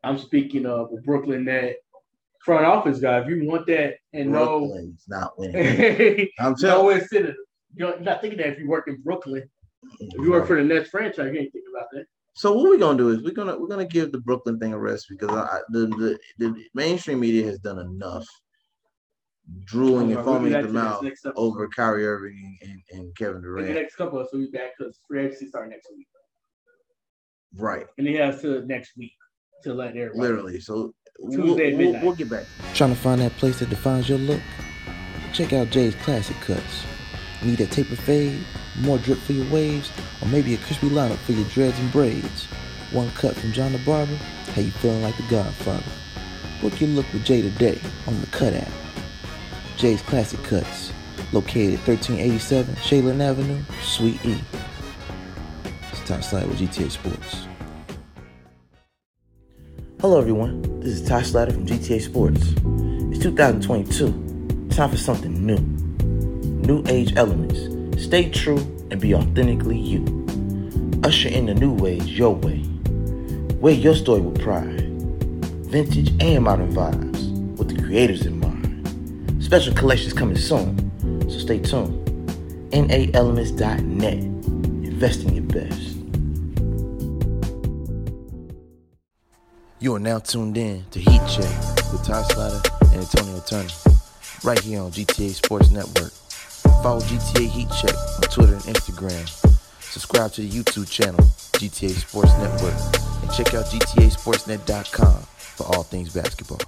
[SPEAKER 2] I'm speaking of a Brooklyn that front office guy. If you want that and know.
[SPEAKER 1] Brooklyn's not winning.
[SPEAKER 2] no
[SPEAKER 1] I'm telling
[SPEAKER 2] incentive. You're you're not thinking that if you work in Brooklyn, if you
[SPEAKER 1] you.
[SPEAKER 2] work for the Nets franchise, you ain't thinking about that.
[SPEAKER 1] So what we're gonna do is we're gonna we're gonna give the Brooklyn thing a rest because I, I- the, the the mainstream media has done enough drooling and
[SPEAKER 2] Alright, we'll
[SPEAKER 1] foaming
[SPEAKER 2] do
[SPEAKER 1] at the
[SPEAKER 2] that to this
[SPEAKER 1] mouth
[SPEAKER 2] next episode.
[SPEAKER 1] over Kyrie Irving and, and, and Kevin
[SPEAKER 2] In the
[SPEAKER 1] Durant.
[SPEAKER 2] next couple of so we back because free agency start next week,
[SPEAKER 1] Right,
[SPEAKER 2] and he has to next week to let everybody.
[SPEAKER 1] literally. So we'll,
[SPEAKER 2] Tuesday at
[SPEAKER 1] we'll,
[SPEAKER 2] midnight.
[SPEAKER 1] we'll get back.
[SPEAKER 3] Trying to find that place that defines your look? Check out Jay's Classic Cuts. Need a taper fade, more drip for your waves, or maybe a crispy lineup for your dreads and braids? One cut from John the Barber, how you feeling like the Godfather? Book your look with Jay today on the Cut app. Jay's Classic Cuts, located at 1387 Shaylin Avenue, Suite E. It's Ty Slider with GTA Sports. Hello, everyone. This is Ty Slatter from GTA Sports. It's 2022. Time for something new. New age elements. Stay true and be authentically you. Usher in the new ways your way. Wear your story with pride. Vintage and modern vibes with the creators in mind. Special collections coming soon, so stay tuned. NAElements.net. Invest in your best. You are now tuned in to Heat Check with Ty Slatter and Antonio Turner, right here on GTA Sports Network. Follow GTA Heat Check on Twitter and Instagram. Subscribe to the YouTube channel, GTA Sports Network, and check out GTASportsNet.com for all things basketball.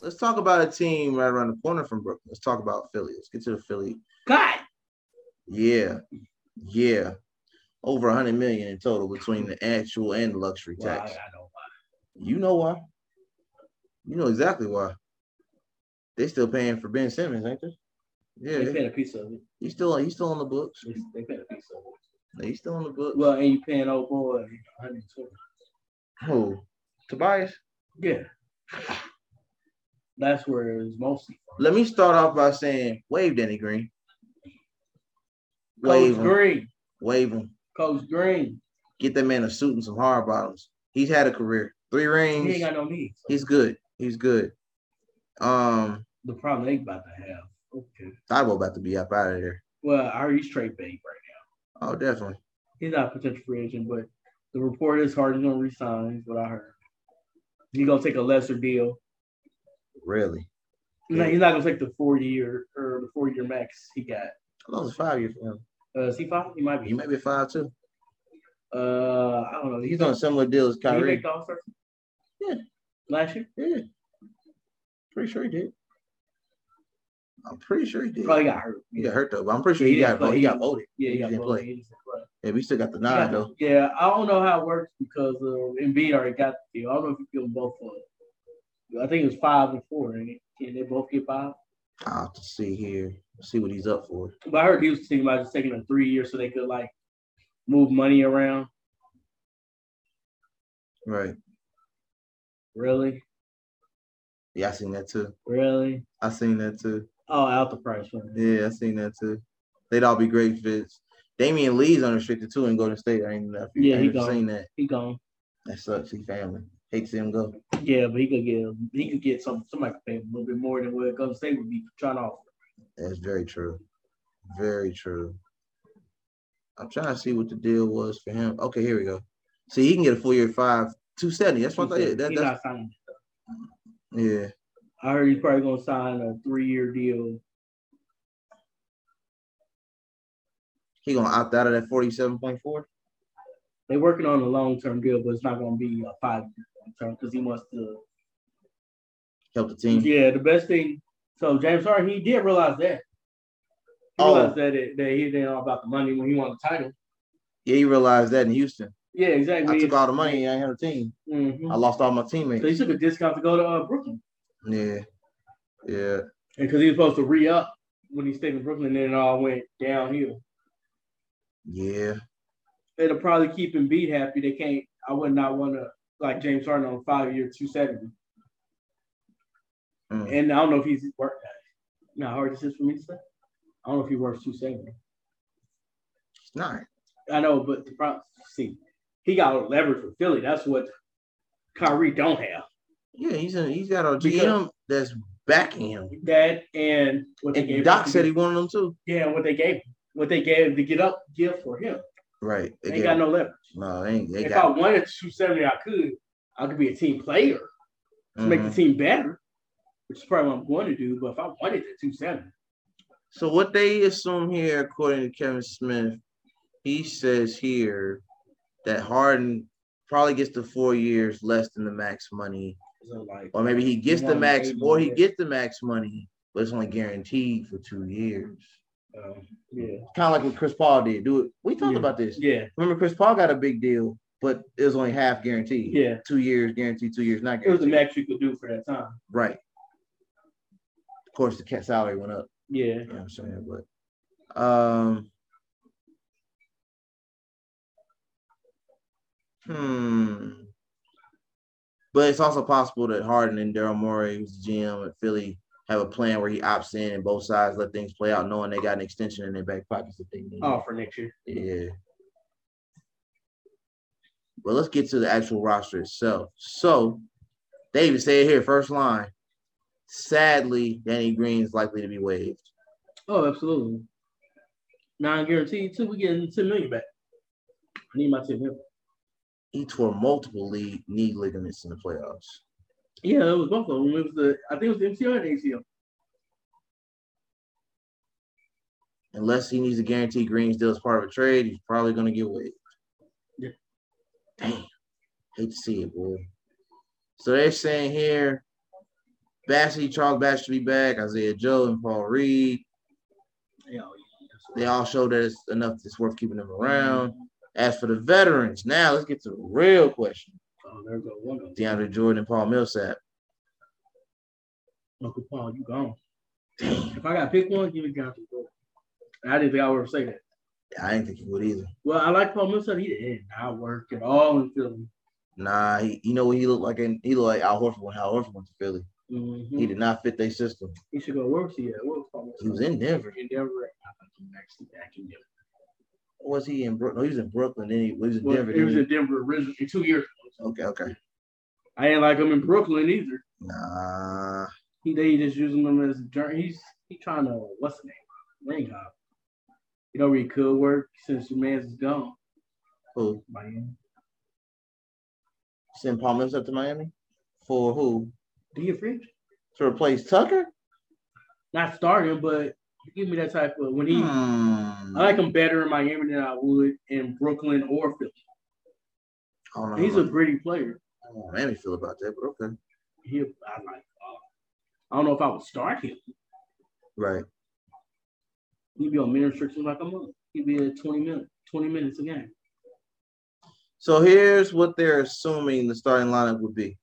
[SPEAKER 1] Let's talk about a team right around the corner from Brooklyn. Let's talk about Philly. Let's get to the Philly.
[SPEAKER 2] God,
[SPEAKER 1] Yeah, yeah. Over 100 million in total between the actual and luxury
[SPEAKER 2] well, I, I
[SPEAKER 1] tax.
[SPEAKER 2] know why.
[SPEAKER 1] You know why? You know exactly why. They still paying for Ben Simmons, ain't they?
[SPEAKER 2] They
[SPEAKER 1] Yeah,
[SPEAKER 2] paying a piece of it.
[SPEAKER 1] he's still he's still on the books.
[SPEAKER 2] They, they paying a piece of it.
[SPEAKER 1] He's still on the books.
[SPEAKER 2] Well, and you paying old boy 120.
[SPEAKER 1] Who? Tobias.
[SPEAKER 2] Yeah, that's where it was mostly.
[SPEAKER 1] Let me start off by saying wave Danny Green.
[SPEAKER 2] Coach
[SPEAKER 1] Wave him.
[SPEAKER 2] Oh, Green,
[SPEAKER 1] Wave him.
[SPEAKER 2] Coach Green,
[SPEAKER 1] Get that man a suit and some hard bottoms. He's had a career. Three rings.
[SPEAKER 2] he ain't got no needs.
[SPEAKER 1] He's good. He's good. Um,
[SPEAKER 2] the problem they about to have. Okay.
[SPEAKER 1] Thibault about to be up out of there.
[SPEAKER 2] Well, I heard he's trade bait right now.
[SPEAKER 1] Oh, definitely.
[SPEAKER 2] He's not a potential free agent, but the report is Harden's gonna resign. Is what I heard. He's gonna take a lesser deal.
[SPEAKER 1] Really.
[SPEAKER 2] He's not, he's not gonna take the four year or the four year max he got.
[SPEAKER 1] How long is five year for him?
[SPEAKER 2] Uh, is he five? He might
[SPEAKER 1] He
[SPEAKER 2] be.
[SPEAKER 1] may be five too.
[SPEAKER 2] Uh, I don't know.
[SPEAKER 1] He's on a similar deal as
[SPEAKER 2] Did he
[SPEAKER 1] Kyrie.
[SPEAKER 2] make the All Star?
[SPEAKER 1] Yeah.
[SPEAKER 2] Last year,
[SPEAKER 1] Yeah. Pretty sure he did. I'm pretty sure he did.
[SPEAKER 2] probably got hurt.
[SPEAKER 1] He got hurt though, but I'm pretty sure he, got
[SPEAKER 2] didn't play.
[SPEAKER 1] he got voted.
[SPEAKER 2] Yeah, he,
[SPEAKER 1] He
[SPEAKER 2] got
[SPEAKER 1] didn't
[SPEAKER 2] voted.
[SPEAKER 1] play.
[SPEAKER 2] He didn't play.
[SPEAKER 1] Yeah, we still got the nine
[SPEAKER 2] Yeah,
[SPEAKER 1] though.
[SPEAKER 2] Yeah, I don't know how it works because uh, Embiid already got the deal. I don't know if you can both for it. I think it was five and four, and can they both get five?
[SPEAKER 1] I'll have to see here. See what he's up for.
[SPEAKER 2] But I heard he was thinking about just taking a three year so they could like move money around.
[SPEAKER 1] Right.
[SPEAKER 2] Really,
[SPEAKER 1] Yeah, I seen that too.
[SPEAKER 2] really.
[SPEAKER 1] I seen that too.
[SPEAKER 2] Oh, out the price one.
[SPEAKER 1] Yeah, I seen that too. They'd all be great fits. Damian Lee's unrestricted too in Golden State. I ain't enough.
[SPEAKER 2] Yeah,
[SPEAKER 1] I
[SPEAKER 2] he
[SPEAKER 1] ain't
[SPEAKER 2] gone.
[SPEAKER 1] seen that.
[SPEAKER 2] He gone.
[SPEAKER 1] That sucks. He family. Hate to see him go.
[SPEAKER 2] Yeah, but he could get he could get some somebody could pay him a little bit more than what Golden State would be trying to offer.
[SPEAKER 1] That's very true. Very true. I'm trying to see what the deal was for him. Okay, here we go. See, he can get a four year five, 270. That's what I thought. Yeah, that,
[SPEAKER 2] He's
[SPEAKER 1] that's,
[SPEAKER 2] not signing.
[SPEAKER 1] yeah.
[SPEAKER 2] I heard he's probably gonna sign a three year deal.
[SPEAKER 1] He gonna opt out of that 47.4.
[SPEAKER 2] They're working on a long term deal, but it's not gonna be a five year term because he wants to
[SPEAKER 1] Help the team.
[SPEAKER 2] Yeah, the best thing. So James Harden, he did realize that. He
[SPEAKER 1] Oh.
[SPEAKER 2] realized that it, that he didn't know about the money when he won the title.
[SPEAKER 1] Yeah, he realized that in Houston.
[SPEAKER 2] Yeah, exactly.
[SPEAKER 1] I took all the money. I ain't have a team.
[SPEAKER 2] Mhm.
[SPEAKER 1] I lost all my
[SPEAKER 2] So
[SPEAKER 1] teammates.
[SPEAKER 2] he took a discount to go to uh, Brooklyn
[SPEAKER 1] Yeah, yeah.
[SPEAKER 2] because he was supposed to re up when he stayed in Brooklyn, and then it all went downhill.
[SPEAKER 1] Yeah,
[SPEAKER 2] It'll probably keep him beat happy. They can't. I would not want to like James Harden on five year two seventy,
[SPEAKER 1] Mm.
[SPEAKER 2] and I don't know if he's worth that. You know how hard this is for me to say. I don't know if he worth two seventy.
[SPEAKER 1] it's not.
[SPEAKER 2] I know, but the problem, see, he got leverage from Philly. That's what Kyrie don't have.
[SPEAKER 1] Yeah, he's in, he's got a GM
[SPEAKER 2] Because-
[SPEAKER 1] that's backing him.
[SPEAKER 2] That and what they
[SPEAKER 1] And
[SPEAKER 2] gave
[SPEAKER 1] Doc
[SPEAKER 2] him-
[SPEAKER 1] said he wanted them too.
[SPEAKER 2] yeah, what they gave, what they gave to get up, give for him.
[SPEAKER 1] Right. They
[SPEAKER 2] They
[SPEAKER 1] gave-
[SPEAKER 2] ain't got no leverage.
[SPEAKER 1] no, they, ain't- they
[SPEAKER 2] if
[SPEAKER 1] got.
[SPEAKER 2] I wanted two seventy, I could. I could be a team player to make the
[SPEAKER 1] Mhm.
[SPEAKER 2] team better. which is probably what I'm going to do. But if I wanted to, 270.
[SPEAKER 1] So what they assume here, according to Kevin Smith, he says here that Harden probably gets the four years less than the max money,
[SPEAKER 2] So like,
[SPEAKER 1] or maybe he gets the
[SPEAKER 2] Yeah,
[SPEAKER 1] max,
[SPEAKER 2] maybe,
[SPEAKER 1] or he
[SPEAKER 2] yeah.
[SPEAKER 1] gets the max money, but it's only guaranteed for two years.
[SPEAKER 2] um, yeah,
[SPEAKER 1] Kind of like what Chris Paul did. Do it. We talked
[SPEAKER 2] Yeah.
[SPEAKER 1] about this.
[SPEAKER 2] yeah,
[SPEAKER 1] Remember, Chris Paul got a big deal, but it was only half guaranteed.
[SPEAKER 2] yeah.
[SPEAKER 1] Two years guaranteed, two years not
[SPEAKER 2] It was
[SPEAKER 1] guaranteed.
[SPEAKER 2] the max you could do for that time.
[SPEAKER 1] right. Of course, the cat salary went up.
[SPEAKER 2] Yeah,
[SPEAKER 1] You know what I'm saying? But um Hmm. But it's also possible that Harden and Daryl Morey, who's the GM at Philly, have a plan where he opts in and both sides let things play out, knowing they got an extension in their back pockets if they need. it.
[SPEAKER 2] oh, for next year.
[SPEAKER 1] Yeah. But let's get to the actual roster itself. So, David said here, first line. Sadly, Danny Green is likely to be waived.
[SPEAKER 2] Oh, absolutely. Non guaranteed too. We getting ten million back. I need my ten million.
[SPEAKER 1] he tore multiple lead, knee ligaments in the playoffs.
[SPEAKER 2] Yeah, it was both of them. It was the I think it was the MCL and ACL.
[SPEAKER 1] Unless he needs to guarantee Green's deal as part of a trade, he's probably going to get waived.
[SPEAKER 2] Yeah.
[SPEAKER 1] Damn. Hate to see it, boy. So they're saying here, Bassey, Charles Bass should be back, Isaiah Joe and Paul Reed.
[SPEAKER 2] Yeah,
[SPEAKER 1] They all showed that it's enough that's worth keeping them around. As for the veterans, now let's get to the real question.
[SPEAKER 2] Oh, there go one of them.
[SPEAKER 1] DeAndre Jordan and Paul Millsap.
[SPEAKER 2] Uncle Paul, you gone. If I got to pick one, give it down to Jordan. I didn't think I would ever say that.
[SPEAKER 1] I didn't think he would either.
[SPEAKER 2] Well, I like Paul Millsap. He did not work at all in Philly.
[SPEAKER 1] Nah, he, you know what he looked like? In, he looked like Al Horford when Al Horford went to Philly.
[SPEAKER 2] Mhm.
[SPEAKER 1] He did not fit their system.
[SPEAKER 2] He should go work. Yeah, where was Paul Millsap?
[SPEAKER 1] He was in Denver.
[SPEAKER 2] in Denver. I think he's actually back in Denver.
[SPEAKER 1] Was he in Brooklyn? No, he was in Brooklyn. Then he was in
[SPEAKER 2] Well,
[SPEAKER 1] Denver.
[SPEAKER 2] he was
[SPEAKER 1] then
[SPEAKER 2] in Denver originally two years.
[SPEAKER 1] he- okay, okay.
[SPEAKER 2] I ain't like him in Brooklyn either.
[SPEAKER 1] Nah,
[SPEAKER 2] He they just using him as a journey. He's he trying to what's the name? Ring hop. You know where he could work since the man's is gone.
[SPEAKER 1] who
[SPEAKER 2] Miami.
[SPEAKER 1] send Paul Millsap to Miami for who
[SPEAKER 2] Do you fridge?
[SPEAKER 1] to replace Tucker?
[SPEAKER 2] Not starting, but give me that type of when he
[SPEAKER 1] Hmm.
[SPEAKER 2] I like him better in Miami than I would in Brooklyn or Philly.
[SPEAKER 1] I don't know
[SPEAKER 2] He's
[SPEAKER 1] how
[SPEAKER 2] a gritty player.
[SPEAKER 1] Miami feel about that, but okay,
[SPEAKER 2] He I like uh, I don't know if I would start him.
[SPEAKER 1] right.
[SPEAKER 2] He'd be on minute restrictions like a month. He'd be at 20 minutes, 20 minutes a game.
[SPEAKER 1] So here's what they're assuming the starting lineup would be: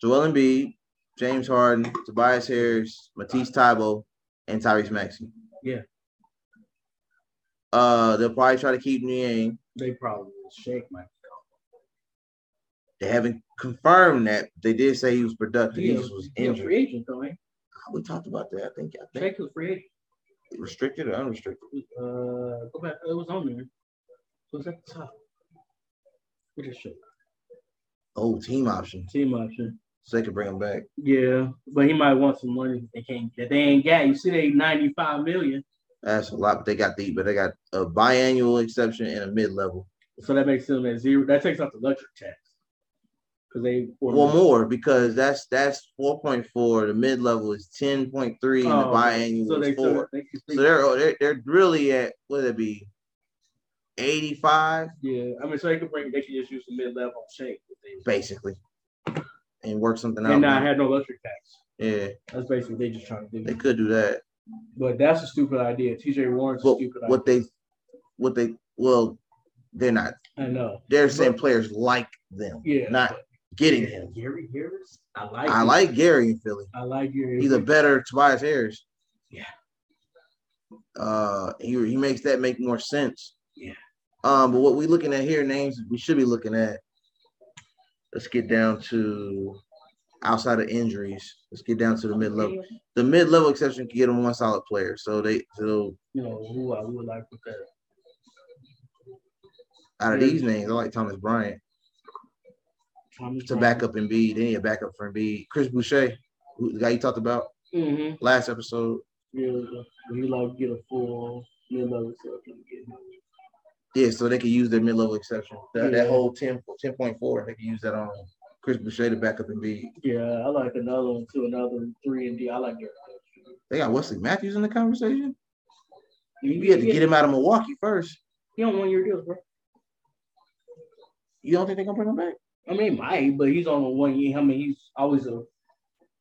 [SPEAKER 1] Joel Embiid, James Harden, Tobias Harris, Matisse Thybulle, and Tyrese Maxey.
[SPEAKER 2] Yeah.
[SPEAKER 1] Uh, they'll probably try to keep Niang.
[SPEAKER 2] They probably will shake my
[SPEAKER 1] They haven't confirmed that. They did say he was productive.
[SPEAKER 2] He
[SPEAKER 1] He
[SPEAKER 2] a-
[SPEAKER 1] just was
[SPEAKER 2] he a
[SPEAKER 1] injured.
[SPEAKER 2] free agent though, ain't
[SPEAKER 1] We talked about that. I think I
[SPEAKER 2] he?
[SPEAKER 1] think
[SPEAKER 2] Shake was free agent.
[SPEAKER 1] restricted or unrestricted.
[SPEAKER 2] Uh, go back. It was on there. It was at the top. What is shit?
[SPEAKER 1] Oh, team option.
[SPEAKER 2] Team option.
[SPEAKER 1] So they could bring him back.
[SPEAKER 2] Yeah, but he might want some money that they can't that they ain't got. You see, they ninety five million,
[SPEAKER 1] That's a lot, but they got the but they got a biannual exception and a mid level.
[SPEAKER 2] so that makes them at zero. That takes out the luxury tax because they
[SPEAKER 1] Well, more because that's that's four point four. The mid level is ten point three, and the
[SPEAKER 2] Oh,
[SPEAKER 1] biannual
[SPEAKER 2] So they
[SPEAKER 1] is four.
[SPEAKER 2] So they,
[SPEAKER 1] So they're oh, they're they're really at what would it be, eighty five
[SPEAKER 2] yeah, I mean, so they could bring. They could just use the mid level shake if they
[SPEAKER 1] basically, and work something out.
[SPEAKER 2] and not
[SPEAKER 1] man.
[SPEAKER 2] have no luxury tax.
[SPEAKER 1] yeah,
[SPEAKER 2] That's basically what they just trying to
[SPEAKER 1] they
[SPEAKER 2] do.
[SPEAKER 1] could do that.
[SPEAKER 2] But that's a stupid idea. T.J. Warren's a
[SPEAKER 1] what
[SPEAKER 2] stupid
[SPEAKER 1] what
[SPEAKER 2] idea.
[SPEAKER 1] they what they well they're not
[SPEAKER 2] I know.
[SPEAKER 1] they're saying players like them
[SPEAKER 2] Yeah.
[SPEAKER 1] not getting him
[SPEAKER 2] Gary Harris. I like.
[SPEAKER 1] i
[SPEAKER 2] him.
[SPEAKER 1] like gary in philly
[SPEAKER 2] I like Gary.
[SPEAKER 1] he's a better tobias harris
[SPEAKER 2] Yeah.
[SPEAKER 1] uh he, he makes that make more sense
[SPEAKER 2] Yeah.
[SPEAKER 1] um but what we looking at here names we should be looking at let's get down to outside of injuries let's get down to the mid-level the mid-level exception can get them one solid player so they so
[SPEAKER 2] You know who I would like with that.
[SPEAKER 1] out of
[SPEAKER 2] Yeah.
[SPEAKER 1] these names i like thomas bryant
[SPEAKER 2] Thomas
[SPEAKER 1] to back up Embiid. They need a backup for Embiid. Chris Boucher, who, the guy you talked about
[SPEAKER 2] Mm-hmm.
[SPEAKER 1] last episode.
[SPEAKER 2] Yeah, we like get a full mid level stuff. and get him.
[SPEAKER 1] Yeah, so they could use their mid-level exception. That, that
[SPEAKER 2] Yeah.
[SPEAKER 1] whole 10, 10.4, they could use that on Chris Boucher to back up and be.
[SPEAKER 2] Yeah, I like another one too. Another three and D. I like Derrick Rose.
[SPEAKER 1] They got Wesley Matthews in the conversation.
[SPEAKER 2] You
[SPEAKER 1] You had to get him out of Milwaukee first.
[SPEAKER 2] He on one year deals, bro.
[SPEAKER 1] You don't think they're gonna bring him back?
[SPEAKER 2] I mean, he might, but he's on a one year. I mean, he's always a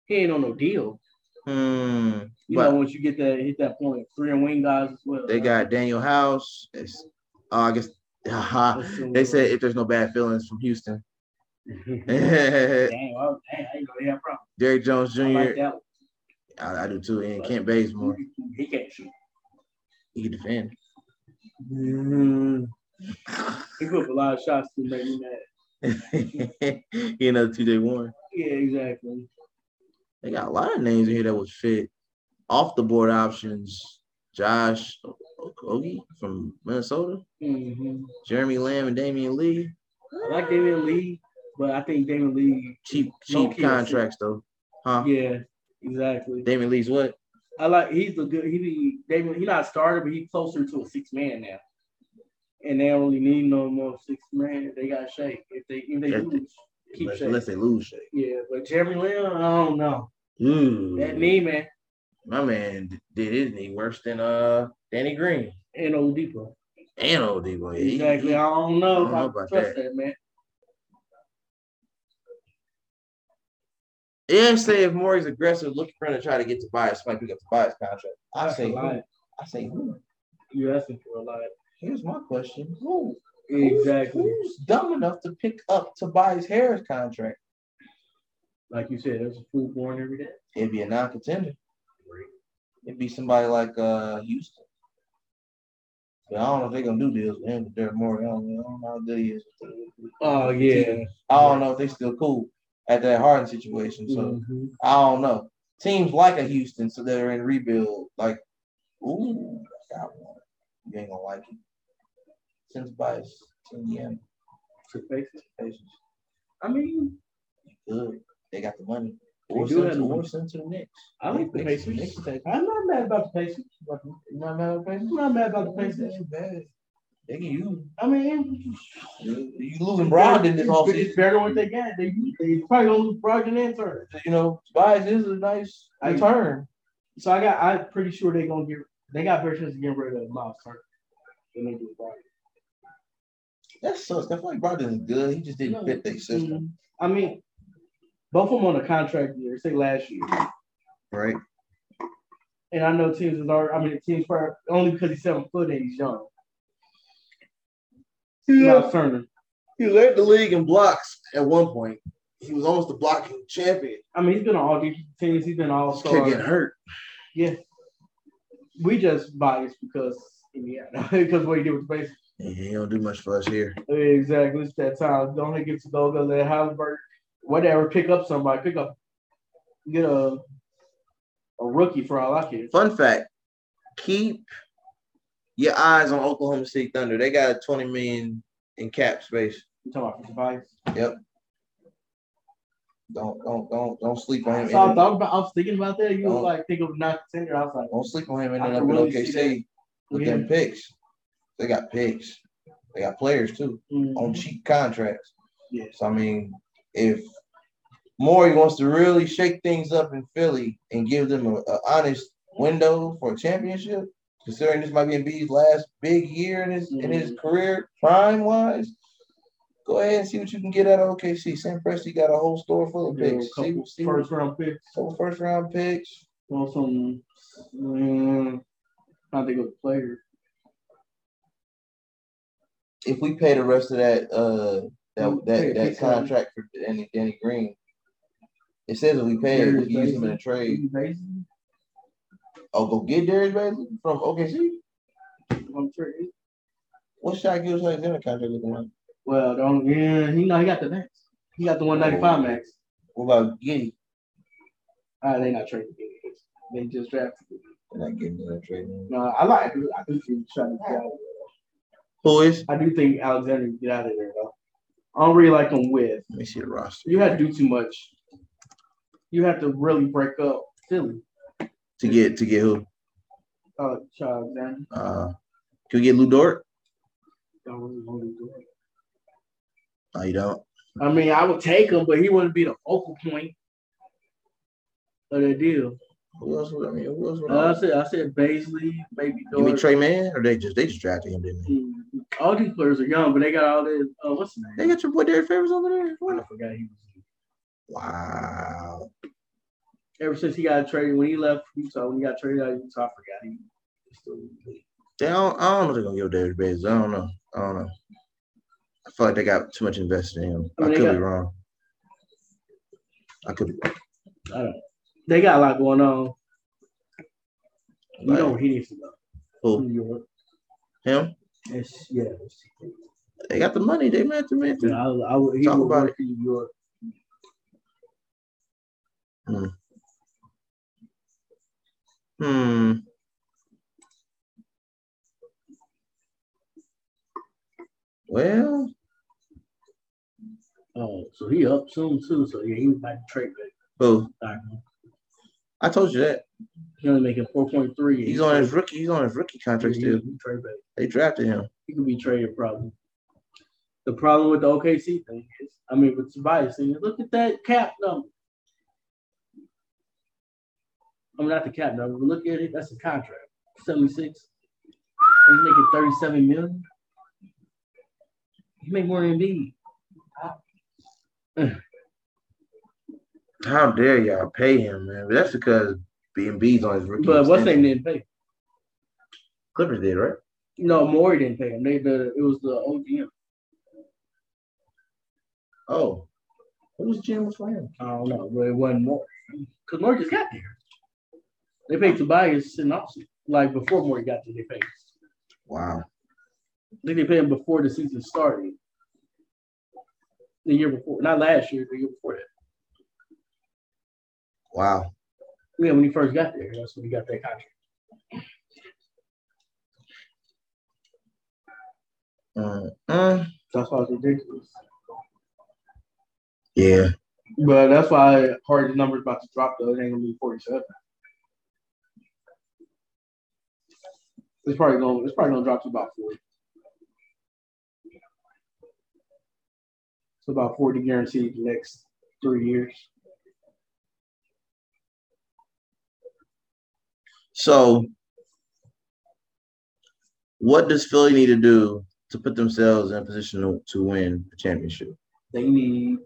[SPEAKER 2] he ain't on no deal.
[SPEAKER 1] Hmm.
[SPEAKER 2] You
[SPEAKER 1] But-
[SPEAKER 2] know, once you get that hit that point, three and wing guys as well.
[SPEAKER 1] They got Daniel House. It's, uh, I guess. haha.
[SPEAKER 2] That's so
[SPEAKER 1] they said
[SPEAKER 2] good.
[SPEAKER 1] if there's no bad feelings from Houston,
[SPEAKER 2] Dang,
[SPEAKER 1] Derrick
[SPEAKER 2] well, dang, I ain't gonna have problem.
[SPEAKER 1] Jones Jr.
[SPEAKER 2] I
[SPEAKER 1] I,
[SPEAKER 2] like that
[SPEAKER 1] I, do too, and Kent Bazemore.
[SPEAKER 2] one. He can't shoot.
[SPEAKER 1] He can defend.
[SPEAKER 2] He put up a lot of shots to make me mad.
[SPEAKER 1] he another TJ Warren.
[SPEAKER 2] Yeah, exactly.
[SPEAKER 1] They got a lot of names in here that would fit. Off the board options: Josh O- Okogie from Minnesota,
[SPEAKER 2] hmm
[SPEAKER 1] Jeremy Lamb, and Damian Lee.
[SPEAKER 2] I like Damian Lee, but I think Damian Lee.
[SPEAKER 1] Cheap,
[SPEAKER 2] Low-key,
[SPEAKER 1] cheap
[SPEAKER 2] I see.
[SPEAKER 1] contracts though, huh?
[SPEAKER 2] Yeah, exactly.
[SPEAKER 1] Damian Lee's what?
[SPEAKER 2] I like he's a good he be David he's not a starter, but he's closer to a six man now. And they don't really need no more six man. They got Shake. If they if they
[SPEAKER 1] Yeah.
[SPEAKER 2] lose, keep
[SPEAKER 1] unless,
[SPEAKER 2] Shake.
[SPEAKER 1] unless they lose Shake.
[SPEAKER 2] Yeah, but Jeremy Lin, I don't know.
[SPEAKER 1] Ooh.
[SPEAKER 2] That knee man
[SPEAKER 1] Hmm. My man d- did his knee worse than uh Danny Green
[SPEAKER 2] and Oladipo.
[SPEAKER 1] and Oladipo. He-
[SPEAKER 2] Exactly.
[SPEAKER 1] he-
[SPEAKER 2] I don't know
[SPEAKER 1] I
[SPEAKER 2] if
[SPEAKER 1] don't
[SPEAKER 2] I
[SPEAKER 1] know
[SPEAKER 2] can
[SPEAKER 1] about
[SPEAKER 2] trust that, man.
[SPEAKER 1] They say if Maury's aggressive, looking for him to try to get Tobias, might pick up Tobias contract. I
[SPEAKER 2] That's a
[SPEAKER 1] say, who?
[SPEAKER 2] lot.
[SPEAKER 1] I say, who?
[SPEAKER 2] You're asking for a lot.
[SPEAKER 1] Here's my question: Who? Who's-
[SPEAKER 2] Exactly.
[SPEAKER 1] Who's dumb enough to pick up Tobias Harris contract?
[SPEAKER 2] Like you said, there's a food born every day.
[SPEAKER 1] It'd be a non-contender. It'd be somebody like uh Houston. But I don't know if they're gonna do deals with him with Derek Morey. I don't, I don't know how good he is.
[SPEAKER 2] Oh yeah.
[SPEAKER 1] I don't know if they still cool at that Harden situation. So.
[SPEAKER 2] Mhm.
[SPEAKER 1] I don't know. Teams like a Houston, so they're in rebuild. Like, ooh, I got one. You ain't gonna like it. Since bias, Indiana,
[SPEAKER 2] To face it.
[SPEAKER 1] patience.
[SPEAKER 2] I mean,
[SPEAKER 1] Good. They got the money.
[SPEAKER 2] They
[SPEAKER 1] Or
[SPEAKER 2] do
[SPEAKER 1] send
[SPEAKER 2] have
[SPEAKER 1] to,
[SPEAKER 2] the
[SPEAKER 1] or
[SPEAKER 2] money.
[SPEAKER 1] send to the Knicks.
[SPEAKER 2] I like the
[SPEAKER 1] Knicks-
[SPEAKER 2] Pacers.
[SPEAKER 1] Knicks take-
[SPEAKER 2] I'm not mad about the Pacers.
[SPEAKER 1] You not mad about
[SPEAKER 2] I'm
[SPEAKER 1] Pacers?
[SPEAKER 2] not mad about the
[SPEAKER 1] Pacers
[SPEAKER 2] Pacers.
[SPEAKER 1] ain't bad. They can use. them.
[SPEAKER 2] I mean,
[SPEAKER 1] You you losing Brogdon this
[SPEAKER 2] It's
[SPEAKER 1] offseason.
[SPEAKER 2] better what they got. They, they probably gonna lose Brogdon and Turner.
[SPEAKER 1] You know, Tobias is a nice
[SPEAKER 2] I-
[SPEAKER 1] return.
[SPEAKER 2] So I got. I'm pretty sure they gonna get. They got better chance of getting rid of Miles Turner than they do Brogdon.
[SPEAKER 1] That sucks. I feel like Brogdon's good. He just didn't fit their system.
[SPEAKER 2] Mhm. I mean, both of them on a contract year. Say last year,
[SPEAKER 1] Right.
[SPEAKER 2] and I know teams is already. I mean, teams probably only because he's seven foot and he's young. Miles Turner.
[SPEAKER 1] uh, He led the league in blocks at one point. He was almost the blocking champion.
[SPEAKER 2] I mean, he's been on all these teams. He's been all
[SPEAKER 1] Just kept getting
[SPEAKER 2] star.
[SPEAKER 1] hurt.
[SPEAKER 2] Yeah. We just biased because Indiana because what he did with the Pacers.
[SPEAKER 1] Yeah, he don't do much for us here.
[SPEAKER 2] Exactly. It's that time. Don't let get to go go let Halliburton, whatever. Pick up somebody. Pick up. Get a a rookie for all I care.
[SPEAKER 1] Fun fact: Keep your eyes on Oklahoma City Thunder. They got a twenty million in cap space.
[SPEAKER 2] You talking about for Tobias?
[SPEAKER 1] Don't don't don't don't sleep on him.
[SPEAKER 2] So I
[SPEAKER 1] Ending,
[SPEAKER 2] thought about. I was thinking about that. You was
[SPEAKER 1] Oh.
[SPEAKER 2] like think of not contender. I was like,
[SPEAKER 1] don't sleep on him
[SPEAKER 2] I
[SPEAKER 1] ending
[SPEAKER 2] can
[SPEAKER 1] up in
[SPEAKER 2] really
[SPEAKER 1] OKC
[SPEAKER 2] see
[SPEAKER 1] with
[SPEAKER 2] Yeah.
[SPEAKER 1] them picks. They got picks. They got players too
[SPEAKER 2] mm,
[SPEAKER 1] on cheap contracts.
[SPEAKER 2] Yeah.
[SPEAKER 1] So I mean, if Morey wants to really shake things up in Philly and give them a, a honest window for a championship, considering this might be Embiid's last big year in his in his career, prime wise, go ahead and see what you can get out of OKC. Sam Presti got a whole store full of
[SPEAKER 2] you know,
[SPEAKER 1] picks.
[SPEAKER 2] a
[SPEAKER 1] See,
[SPEAKER 2] couple
[SPEAKER 1] see what-
[SPEAKER 2] first round picks.
[SPEAKER 1] couple first round picks.
[SPEAKER 2] Well, some. Mm, I think of a player.
[SPEAKER 1] If we pay the rest of that uh that that,
[SPEAKER 2] Pay- pay
[SPEAKER 1] that contract for Danny, Danny Green, it says if we pay it, we can use him in a trade.
[SPEAKER 2] Basically,
[SPEAKER 1] Oh, go get Darius Bailey from OKC.
[SPEAKER 2] I'm sure he-
[SPEAKER 1] What's Shaq Gill's Alexander contract looking like?
[SPEAKER 2] Well, don't. Yeah, he know he got the max. He got the one ninety
[SPEAKER 1] Oh.
[SPEAKER 2] five max.
[SPEAKER 1] What about Giddy?
[SPEAKER 2] Uh, they not trading him. They just drafted him.
[SPEAKER 1] They're not getting that trade.
[SPEAKER 2] No, I like. I do think Shaq get out. of
[SPEAKER 1] Who is?
[SPEAKER 2] there. I do think Alexander can get out of there though. I don't really like him with.
[SPEAKER 1] Let me see the roster.
[SPEAKER 2] You had to do too much. You have to really break up Philly.
[SPEAKER 1] to get to get who?
[SPEAKER 2] Uh, Shaq Alexander.
[SPEAKER 1] Uh, can we get Lou Dort?
[SPEAKER 2] That was what he was doing.
[SPEAKER 1] No, you don't.
[SPEAKER 2] I mean, I would take him, but he wouldn't be the focal point of the deal.
[SPEAKER 1] Who else would I mean? Who else would
[SPEAKER 2] Uh,
[SPEAKER 1] I
[SPEAKER 2] I said, I said Baisley, maybe
[SPEAKER 1] Give me
[SPEAKER 2] Jordan.
[SPEAKER 1] Trey Man, or they just they just drafted him, didn't they?
[SPEAKER 2] All these players are young, but they got all this. Oh, what's his
[SPEAKER 1] They
[SPEAKER 2] name?
[SPEAKER 1] got your boy Derek Favors over there.
[SPEAKER 2] I forgot he was.
[SPEAKER 1] Wow.
[SPEAKER 2] Ever since he got traded, when he left Utah, when he got traded out of Utah, I forgot he was still in the league.
[SPEAKER 1] They don't, I don't know if they're gonna give Derek Favors. I don't know. I don't know. I feel like they got too much invested in him.
[SPEAKER 2] I
[SPEAKER 1] I,
[SPEAKER 2] mean, they
[SPEAKER 1] could
[SPEAKER 2] got-
[SPEAKER 1] be wrong. I could be wrong.
[SPEAKER 2] They got a lot going on. You
[SPEAKER 1] Like,
[SPEAKER 2] know where he needs to go.
[SPEAKER 1] who?
[SPEAKER 2] New York.
[SPEAKER 1] Him?
[SPEAKER 2] It's, yeah. it's-
[SPEAKER 1] They got the money. They meant to meant
[SPEAKER 2] yeah,
[SPEAKER 1] to.
[SPEAKER 2] I, I would, he
[SPEAKER 1] Talk
[SPEAKER 2] would
[SPEAKER 1] about
[SPEAKER 2] work in New York.
[SPEAKER 1] Hmm. Well,
[SPEAKER 2] Oh, so he up soon too. So yeah, he was about to trade back.
[SPEAKER 1] who?
[SPEAKER 2] Stockton.
[SPEAKER 1] I told you that.
[SPEAKER 2] He only making four point three.
[SPEAKER 1] He's on his rookie. He's on his rookie contract still.
[SPEAKER 2] Trade back.
[SPEAKER 1] They drafted him.
[SPEAKER 2] He could be traded probably. The problem with the OKC thing is, I mean, with Tobias, and look at that cap number. I mean, not the cap number, but look at it. That's a contract, seventy-six. And he's making thirty-seven million. He make more than me.
[SPEAKER 1] How dare y'all pay him, man? But that's because Embiid's on his rookie.
[SPEAKER 2] But what's
[SPEAKER 1] extension.
[SPEAKER 2] name didn't pay?
[SPEAKER 1] Clippers did, right?
[SPEAKER 2] No, Maury didn't pay him. They the it was the OGM.
[SPEAKER 1] Oh, who was Jim for him?
[SPEAKER 2] I don't know, but it wasn't Maury. Because Maury just got there. They paid Tobias in offseason. Like before Maury got there, they paid.
[SPEAKER 1] Wow.
[SPEAKER 2] I think they paid him before the season started. The year before, not last year, the year before that.
[SPEAKER 1] Wow.
[SPEAKER 2] Yeah, when he first got there, that's when he got that contract.
[SPEAKER 1] Mm, mm.
[SPEAKER 2] That's why it's ridiculous.
[SPEAKER 1] Yeah.
[SPEAKER 2] But that's why Harden's number's about to drop though. It ain't gonna be forty seven. It's probably gonna it's probably gonna drop to about forty. It's about forty guaranteed the next three years.
[SPEAKER 1] So, what does Philly need to do to put themselves in a position to, to win the championship?
[SPEAKER 2] They need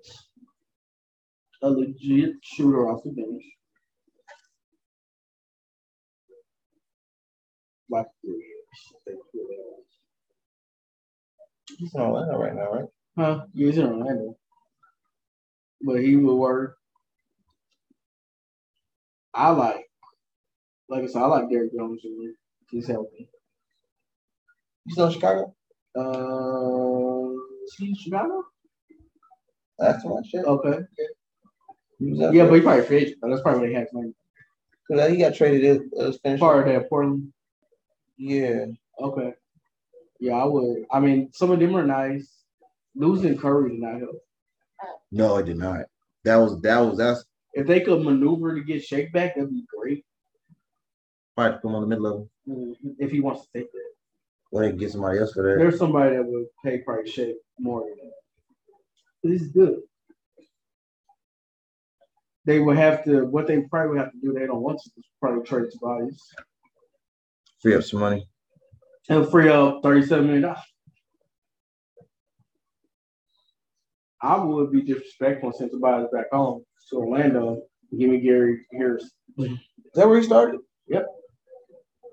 [SPEAKER 2] a legit shooter off the bench. Like three years. They feel that
[SPEAKER 1] He's in Orlando right now, right?
[SPEAKER 2] Huh? Yeah, he's in Orlando. But he would work. I like, like I said, I like Derrick Jones. Jr. He's healthy.
[SPEAKER 1] He's on Chicago.
[SPEAKER 2] Uh, is he in Chicago?
[SPEAKER 1] Last time I checked,
[SPEAKER 2] Okay.
[SPEAKER 1] he was
[SPEAKER 2] Oh, Yeah, but he probably free agent. though. That's probably what he has. Like,
[SPEAKER 1] but he got traded. It was finished.
[SPEAKER 2] part of that Portland.
[SPEAKER 1] Yeah.
[SPEAKER 2] Okay. Yeah, I would. I mean, some of them are nice. Losing Curry did not help.
[SPEAKER 1] No, I did not. That was that was that's
[SPEAKER 2] If they could maneuver to get Shake back, that'd be great.
[SPEAKER 1] practical on the mid level.
[SPEAKER 2] If he wants to take it,
[SPEAKER 1] Well, they can get somebody else for that.
[SPEAKER 2] there's somebody that would pay probably Shake more than that. This is good. They would have to. What they probably would have to do, they don't want to is probably trade Tobias
[SPEAKER 1] Free up some money.
[SPEAKER 2] and free up thirty-seven million dollars. I would be disrespectful and send Tobias back home to Orlando. Give me Gary Harris.
[SPEAKER 1] Is that where he started?
[SPEAKER 2] Yep.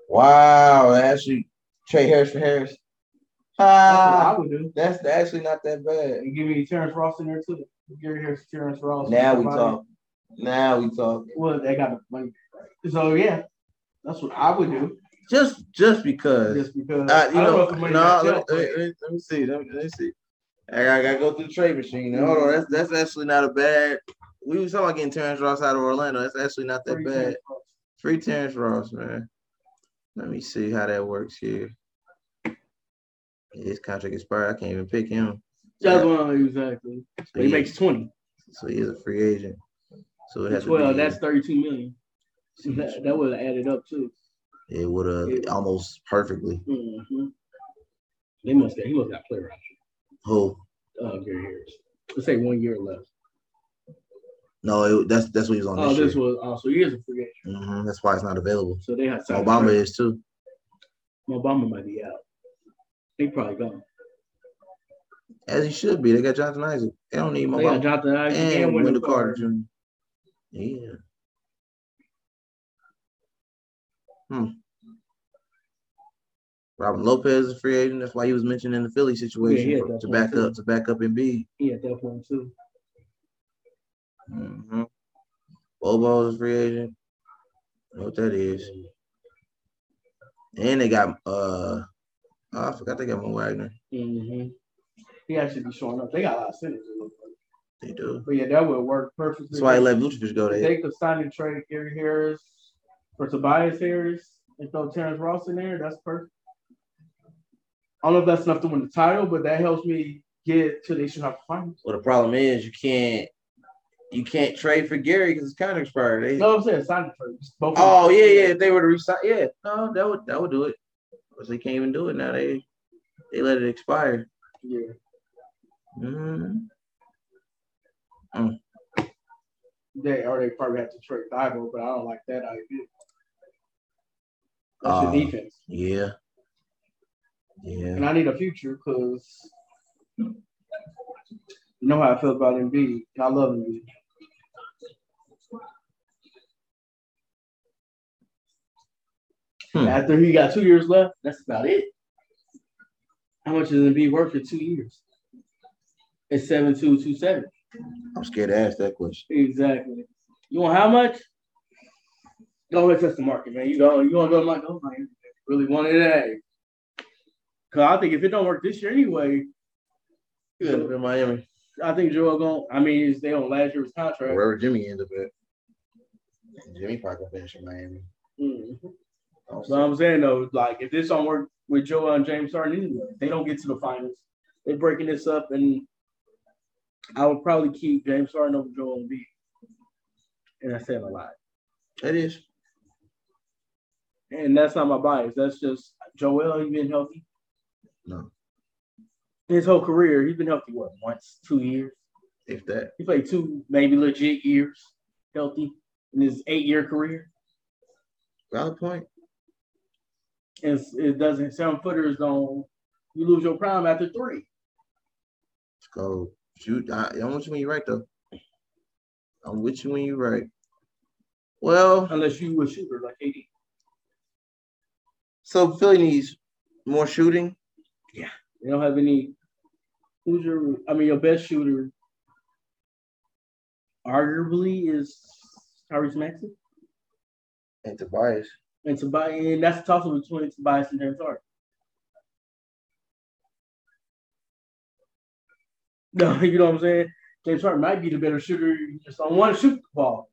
[SPEAKER 1] Wow, actually, trade Harris for Harris.
[SPEAKER 2] That's what
[SPEAKER 1] Ah,
[SPEAKER 2] I would do.
[SPEAKER 1] that's actually not that bad.
[SPEAKER 2] And give me Terrence Ross in there too. Gary Harris, Terrence Ross.
[SPEAKER 1] Now we
[SPEAKER 2] Somebody-
[SPEAKER 1] talk. Now we talk.
[SPEAKER 2] Well, they got the money. So yeah, that's what I would do.
[SPEAKER 1] Just, just because.
[SPEAKER 2] Just because
[SPEAKER 1] Uh, you
[SPEAKER 2] I don't
[SPEAKER 1] know,
[SPEAKER 2] if the
[SPEAKER 1] no.
[SPEAKER 2] money
[SPEAKER 1] Let
[SPEAKER 2] got
[SPEAKER 1] me,
[SPEAKER 2] dealt,
[SPEAKER 1] let,
[SPEAKER 2] but
[SPEAKER 1] me, let me see. Let me, let me see. I gotta, gotta go through the trade machine. Now, Hold on, that's that's actually not a bad. We was talking about getting Terrence Ross out of Orlando. That's actually not that
[SPEAKER 2] free
[SPEAKER 1] bad.
[SPEAKER 2] Terrence Ross.
[SPEAKER 1] Free Terrence Ross, man. Let me see how that works here. His contract expired. I can't even pick him.
[SPEAKER 2] That's what I mean, exactly.
[SPEAKER 1] So
[SPEAKER 2] he
[SPEAKER 1] he-
[SPEAKER 2] makes twenty.
[SPEAKER 1] So he is a free agent. So it has
[SPEAKER 2] Well,
[SPEAKER 1] to be,
[SPEAKER 2] that's thirty-two million. So that, that would have added up too.
[SPEAKER 1] it would have
[SPEAKER 2] it-
[SPEAKER 1] almost perfectly.
[SPEAKER 2] Mm-hmm. hmm They must have. He must have got player option.
[SPEAKER 1] Who?
[SPEAKER 2] Uh, Gary Harris. Let's say one year left.
[SPEAKER 1] No, it, that's that's what he was on
[SPEAKER 2] Oh,
[SPEAKER 1] this,
[SPEAKER 2] this
[SPEAKER 1] year.
[SPEAKER 2] was also years of free agent,
[SPEAKER 1] Mhm, that's why it's not available.
[SPEAKER 2] so they had signed
[SPEAKER 1] Obama
[SPEAKER 2] Trey.
[SPEAKER 1] is too.
[SPEAKER 2] Obama might be out. He probably gone.
[SPEAKER 1] As he should be. They got Jonathan Isaac. They don't need
[SPEAKER 2] They got
[SPEAKER 1] Obama.
[SPEAKER 2] Jonathan Isaac
[SPEAKER 1] and
[SPEAKER 2] and,
[SPEAKER 1] Wendell,
[SPEAKER 2] Wendell
[SPEAKER 1] Carter.
[SPEAKER 2] Carter.
[SPEAKER 1] Jr. Yeah. Hmm. Robin Lopez is a free agent. That's why he was mentioned in the Philly situation
[SPEAKER 2] yeah,
[SPEAKER 1] for- to
[SPEAKER 2] definitely,
[SPEAKER 1] back
[SPEAKER 2] too.
[SPEAKER 1] up to back up and be.
[SPEAKER 2] He at that point too.
[SPEAKER 1] Mm-hmm. Bobo is a free agent. I know what that is. And they got uh oh, I forgot they got Mo Wagner.
[SPEAKER 2] Mm-hmm. He actually be showing up. They got a lot of centers,
[SPEAKER 1] They do.
[SPEAKER 2] but yeah, that would work perfectly.
[SPEAKER 1] That's why they let Vucevic go
[SPEAKER 2] If
[SPEAKER 1] there.
[SPEAKER 2] they could sign and trade Gary Harris for Tobias Harris and throw Terrence Ross in there. That's perfect. I don't know if that's enough to win the title, but that helps me get to the Eastern Conference Finals.
[SPEAKER 1] Well the problem is you can't you can't trade for Gary because his contract expired. They-
[SPEAKER 2] No, I'm saying sign and trade. Just Both of them.
[SPEAKER 1] Oh yeah, yeah. If they were to resign, yeah, no, that would that would do it. Because they can't even do it now. They they let it expire.
[SPEAKER 2] yeah.
[SPEAKER 1] Mhm.
[SPEAKER 2] They or they probably have to trade Thibault, but I don't like that idea. That's
[SPEAKER 1] Uh,
[SPEAKER 2] your defense,
[SPEAKER 1] Yeah, yeah.
[SPEAKER 2] and I need a future because you know how I feel about Embiid. and I love Embiid.
[SPEAKER 1] Hmm.
[SPEAKER 2] After he got two years left, that's about it. How much is Embiid worth for two years? It's seven two two seven.
[SPEAKER 1] I'm scared to ask that question.
[SPEAKER 2] Exactly. You want how much? Go and test the market, man. You don't. You want to go to my go? Man, really want it? Hey, because I think if it don't work this year anyway,
[SPEAKER 1] You end up in Miami,
[SPEAKER 2] I think Joel going. to I mean, he's- they on last year's contract.
[SPEAKER 1] wherever Jimmy ends up at. Jimmy probably gonna finish in Miami.
[SPEAKER 2] Mhm.
[SPEAKER 1] I don't see-
[SPEAKER 2] So I'm saying though, like if this don't work with Joel and James Harden anyway, they don't get to the finals. They're breaking this up, and I would probably keep James Harden over Joel Embiid. And I said a lot.
[SPEAKER 1] That is.
[SPEAKER 2] And that's not my bias. That's just Joel. He's been healthy.
[SPEAKER 1] No.
[SPEAKER 2] His whole career, he's been healthy what once, two years.
[SPEAKER 1] If that.
[SPEAKER 2] He played two maybe legit years healthy in his eight-year career.
[SPEAKER 1] Valid point.
[SPEAKER 2] And it's- it doesn't seven footers don't. You lose your prime after three.
[SPEAKER 1] Let's go. Shoot. I, I'm with you when you're right though. I'm with you when you're right. Well,
[SPEAKER 2] unless you a shooter like AD.
[SPEAKER 1] so Philly needs more shooting.
[SPEAKER 2] They don't have any. Who's your? I mean, your best shooter, arguably, is Tyrese Maxey
[SPEAKER 1] And Tobias.
[SPEAKER 2] and Tobias. And that's a toss up between Tobias and James Harden. No, you know what I'm saying. James Harden might be the better shooter. You just don't want to shoot the ball,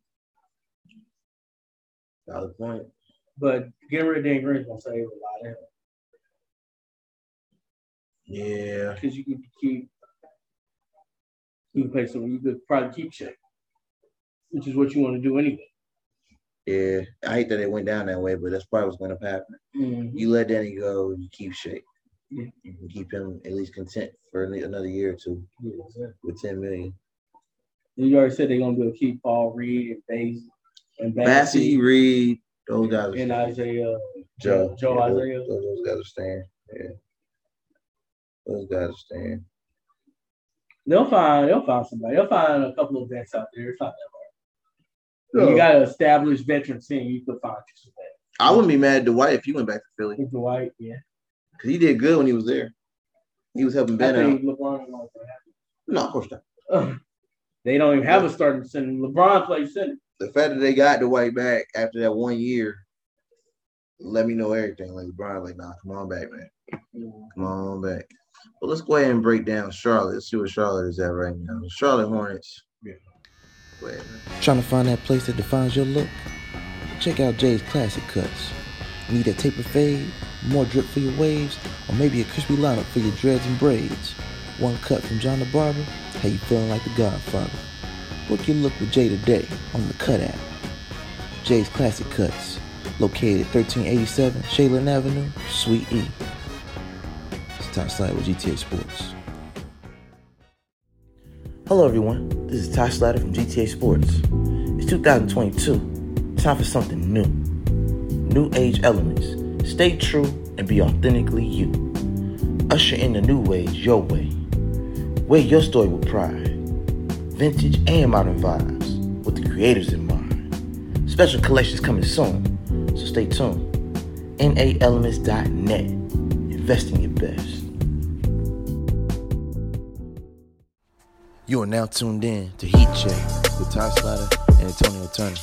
[SPEAKER 1] Valid point.
[SPEAKER 2] but getting rid of Dan Green's gonna save a lot of him
[SPEAKER 1] Yeah.
[SPEAKER 2] because you can keep. You can play some. You could probably keep check, which is what you want to do anyway.
[SPEAKER 1] Yeah. I hate that it went down that way, but that's probably what's gonna happen.
[SPEAKER 2] Mhm.
[SPEAKER 1] You let Danny go, you keep Shake.
[SPEAKER 2] Yeah.
[SPEAKER 1] You can keep him at least content for an- another year or two
[SPEAKER 2] Yeah, exactly.
[SPEAKER 1] with 10 million.
[SPEAKER 2] You already said they're gonna be able to keep Paul Reed and Basie and
[SPEAKER 1] Bassey,
[SPEAKER 2] Bassey
[SPEAKER 1] Reed, those guys are
[SPEAKER 2] and Isaiah
[SPEAKER 1] uh, Joe.
[SPEAKER 2] Joe
[SPEAKER 1] Yeah, those- Those,
[SPEAKER 2] Isaiah.
[SPEAKER 1] those guys are staying. Yeah. Those guys are staying.
[SPEAKER 2] They'll find they'll find somebody. They'll find a couple of vets out there. It's not that hard.
[SPEAKER 1] Yeah.
[SPEAKER 2] You got an established veteran team. You can find you some vets.
[SPEAKER 1] I wouldn't be mad at Dwight if he went back to Philly
[SPEAKER 2] With Dwight, yeah.
[SPEAKER 1] because he did good when he was there. He was helping
[SPEAKER 2] I
[SPEAKER 1] Ben out.
[SPEAKER 2] think LeBron won't let
[SPEAKER 1] No, of course not.
[SPEAKER 2] that happen. They don't even have a starting center. LeBron plays center.
[SPEAKER 1] The fact that they got Dwight back after that one year, let me know everything. Like LeBron, like, nah, come on back, man. Come on back. Well, let's go ahead and break down Charlotte. Let's see what Charlotte is at right now. Charlotte Hornets.
[SPEAKER 2] Yeah.
[SPEAKER 1] Go ahead, man.
[SPEAKER 3] Trying to find that place that defines your look? Check out Jay's Classic Cuts. Need a taper fade, more drip for your waves, or maybe a crispy lineup for your dreads and braids? One cut from John the Barber, how you feeling like the Godfather? Book your look with Jay today on the Cut app. Jay's Classic Cuts, located at 1387 Shaylin Avenue, Suite E. It's time slide with GTA Sports. Hello, everyone. This is Ty Slatter from GTA Sports. It's 2022. Time for something new. New age elements. Stay true and be authentically you. Usher in the new ways your way. Wear your story with pride. Vintage and modern vibes with the creators in mind. Special collections coming soon, so stay tuned. NAElements.net. Invest in your best. You are now tuned in to Heat Check with Ty Slatter and Antonio Turner,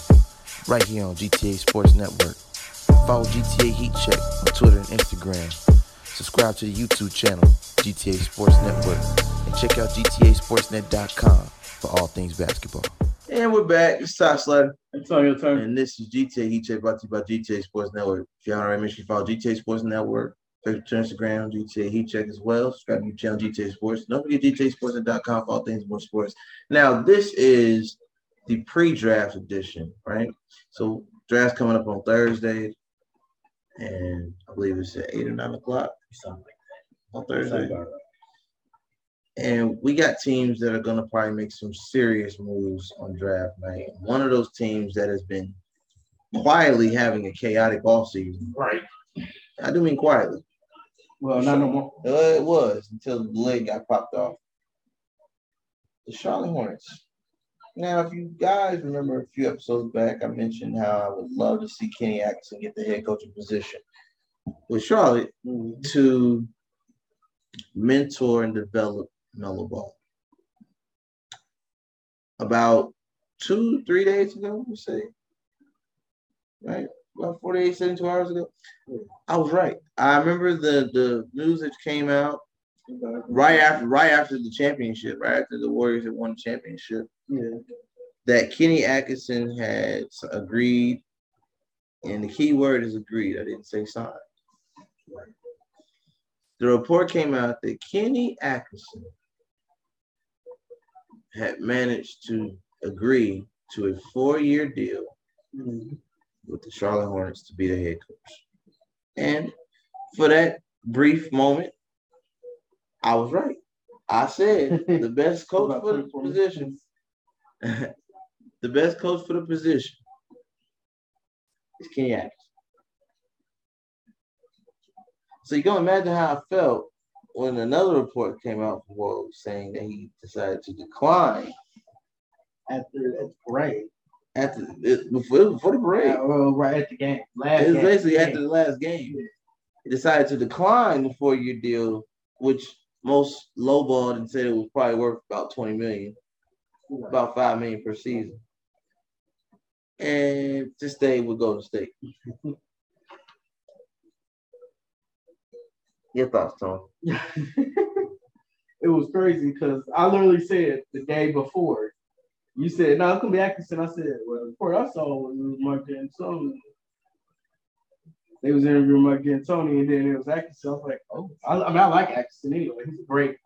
[SPEAKER 3] right here on GTA Sports Network. Follow GTA Heat Check on Twitter and Instagram. Subscribe to the YouTube channel, GTA Sports Network, and check out GTASportsNet.com for all things basketball.
[SPEAKER 1] And we're back. It's Todd Slatter.
[SPEAKER 2] Antonio Turner.
[SPEAKER 1] And this is GTA Heat Check brought to you by GTA Sports Network. If you haven't already, make sure you follow GTA Sports Network. Facebook, Twitter, Instagram, GTA Heat Check as well. Subscribe to your channel, GTA Sports. Don't forget GTASportsNet.com for all things more sports. Now, this is the pre-draft edition, right? So draft's coming up on Thursday. And I believe it's at 8 or 9 o'clock
[SPEAKER 2] Something like
[SPEAKER 1] on
[SPEAKER 2] that.
[SPEAKER 1] Thursday.
[SPEAKER 2] Something like that.
[SPEAKER 1] And we got teams that are going to probably make some serious moves on draft night. One of those teams that has been quietly having a chaotic offseason.
[SPEAKER 2] Right.
[SPEAKER 1] I do mean quietly.
[SPEAKER 2] Well, not no more.
[SPEAKER 1] Uh, It was until the leg got popped off. The Charlotte Hornets. Now, if you guys remember a few episodes back, I mentioned how I would love to see Kenny Atkinson get the head coaching position with Charlotte to mentor and develop Melo Ball. About two, three days ago, we say, right? About 48, 72 hours ago, I was right. I remember the the news that came out right after right after the championship, right after the Warriors had won the championship,
[SPEAKER 2] Yeah.
[SPEAKER 1] that Kenny Atkinson had agreed, and the key word is agreed. I didn't say signed. The report came out that Kenny Atkinson had managed to agree to a four-year deal
[SPEAKER 2] Mhm.
[SPEAKER 1] with the Charlotte Hornets to be the head coach. And for that brief moment, I was right. I said the best coach
[SPEAKER 2] About
[SPEAKER 1] for the
[SPEAKER 2] 24
[SPEAKER 1] position,
[SPEAKER 2] minutes.
[SPEAKER 1] the best coach for the position is Kenny Atkinson. So you can imagine how I felt when another report came out from Wolves saying that he decided to decline
[SPEAKER 2] At the, at the parade.
[SPEAKER 1] after it- before, before the break.
[SPEAKER 2] Yeah, well, right at the game. Last
[SPEAKER 1] It's
[SPEAKER 2] game.
[SPEAKER 1] basically
[SPEAKER 2] Yeah.
[SPEAKER 1] after the last game. He decided to decline the four-year deal, which most lowballed and said it was probably worth about 20 million, about five million per season. And to stay with Golden State. Your thoughts, Tom.
[SPEAKER 2] it was crazy because I literally said the day before, you said, no, it's going to be Atkinson. I said, well, before I saw when it was Mark D'Antoni. They was interviewing Mark D'Antoni, and then it was Atkinson. I was like, oh, I, I mean, I like Atkinson anyway. He's a great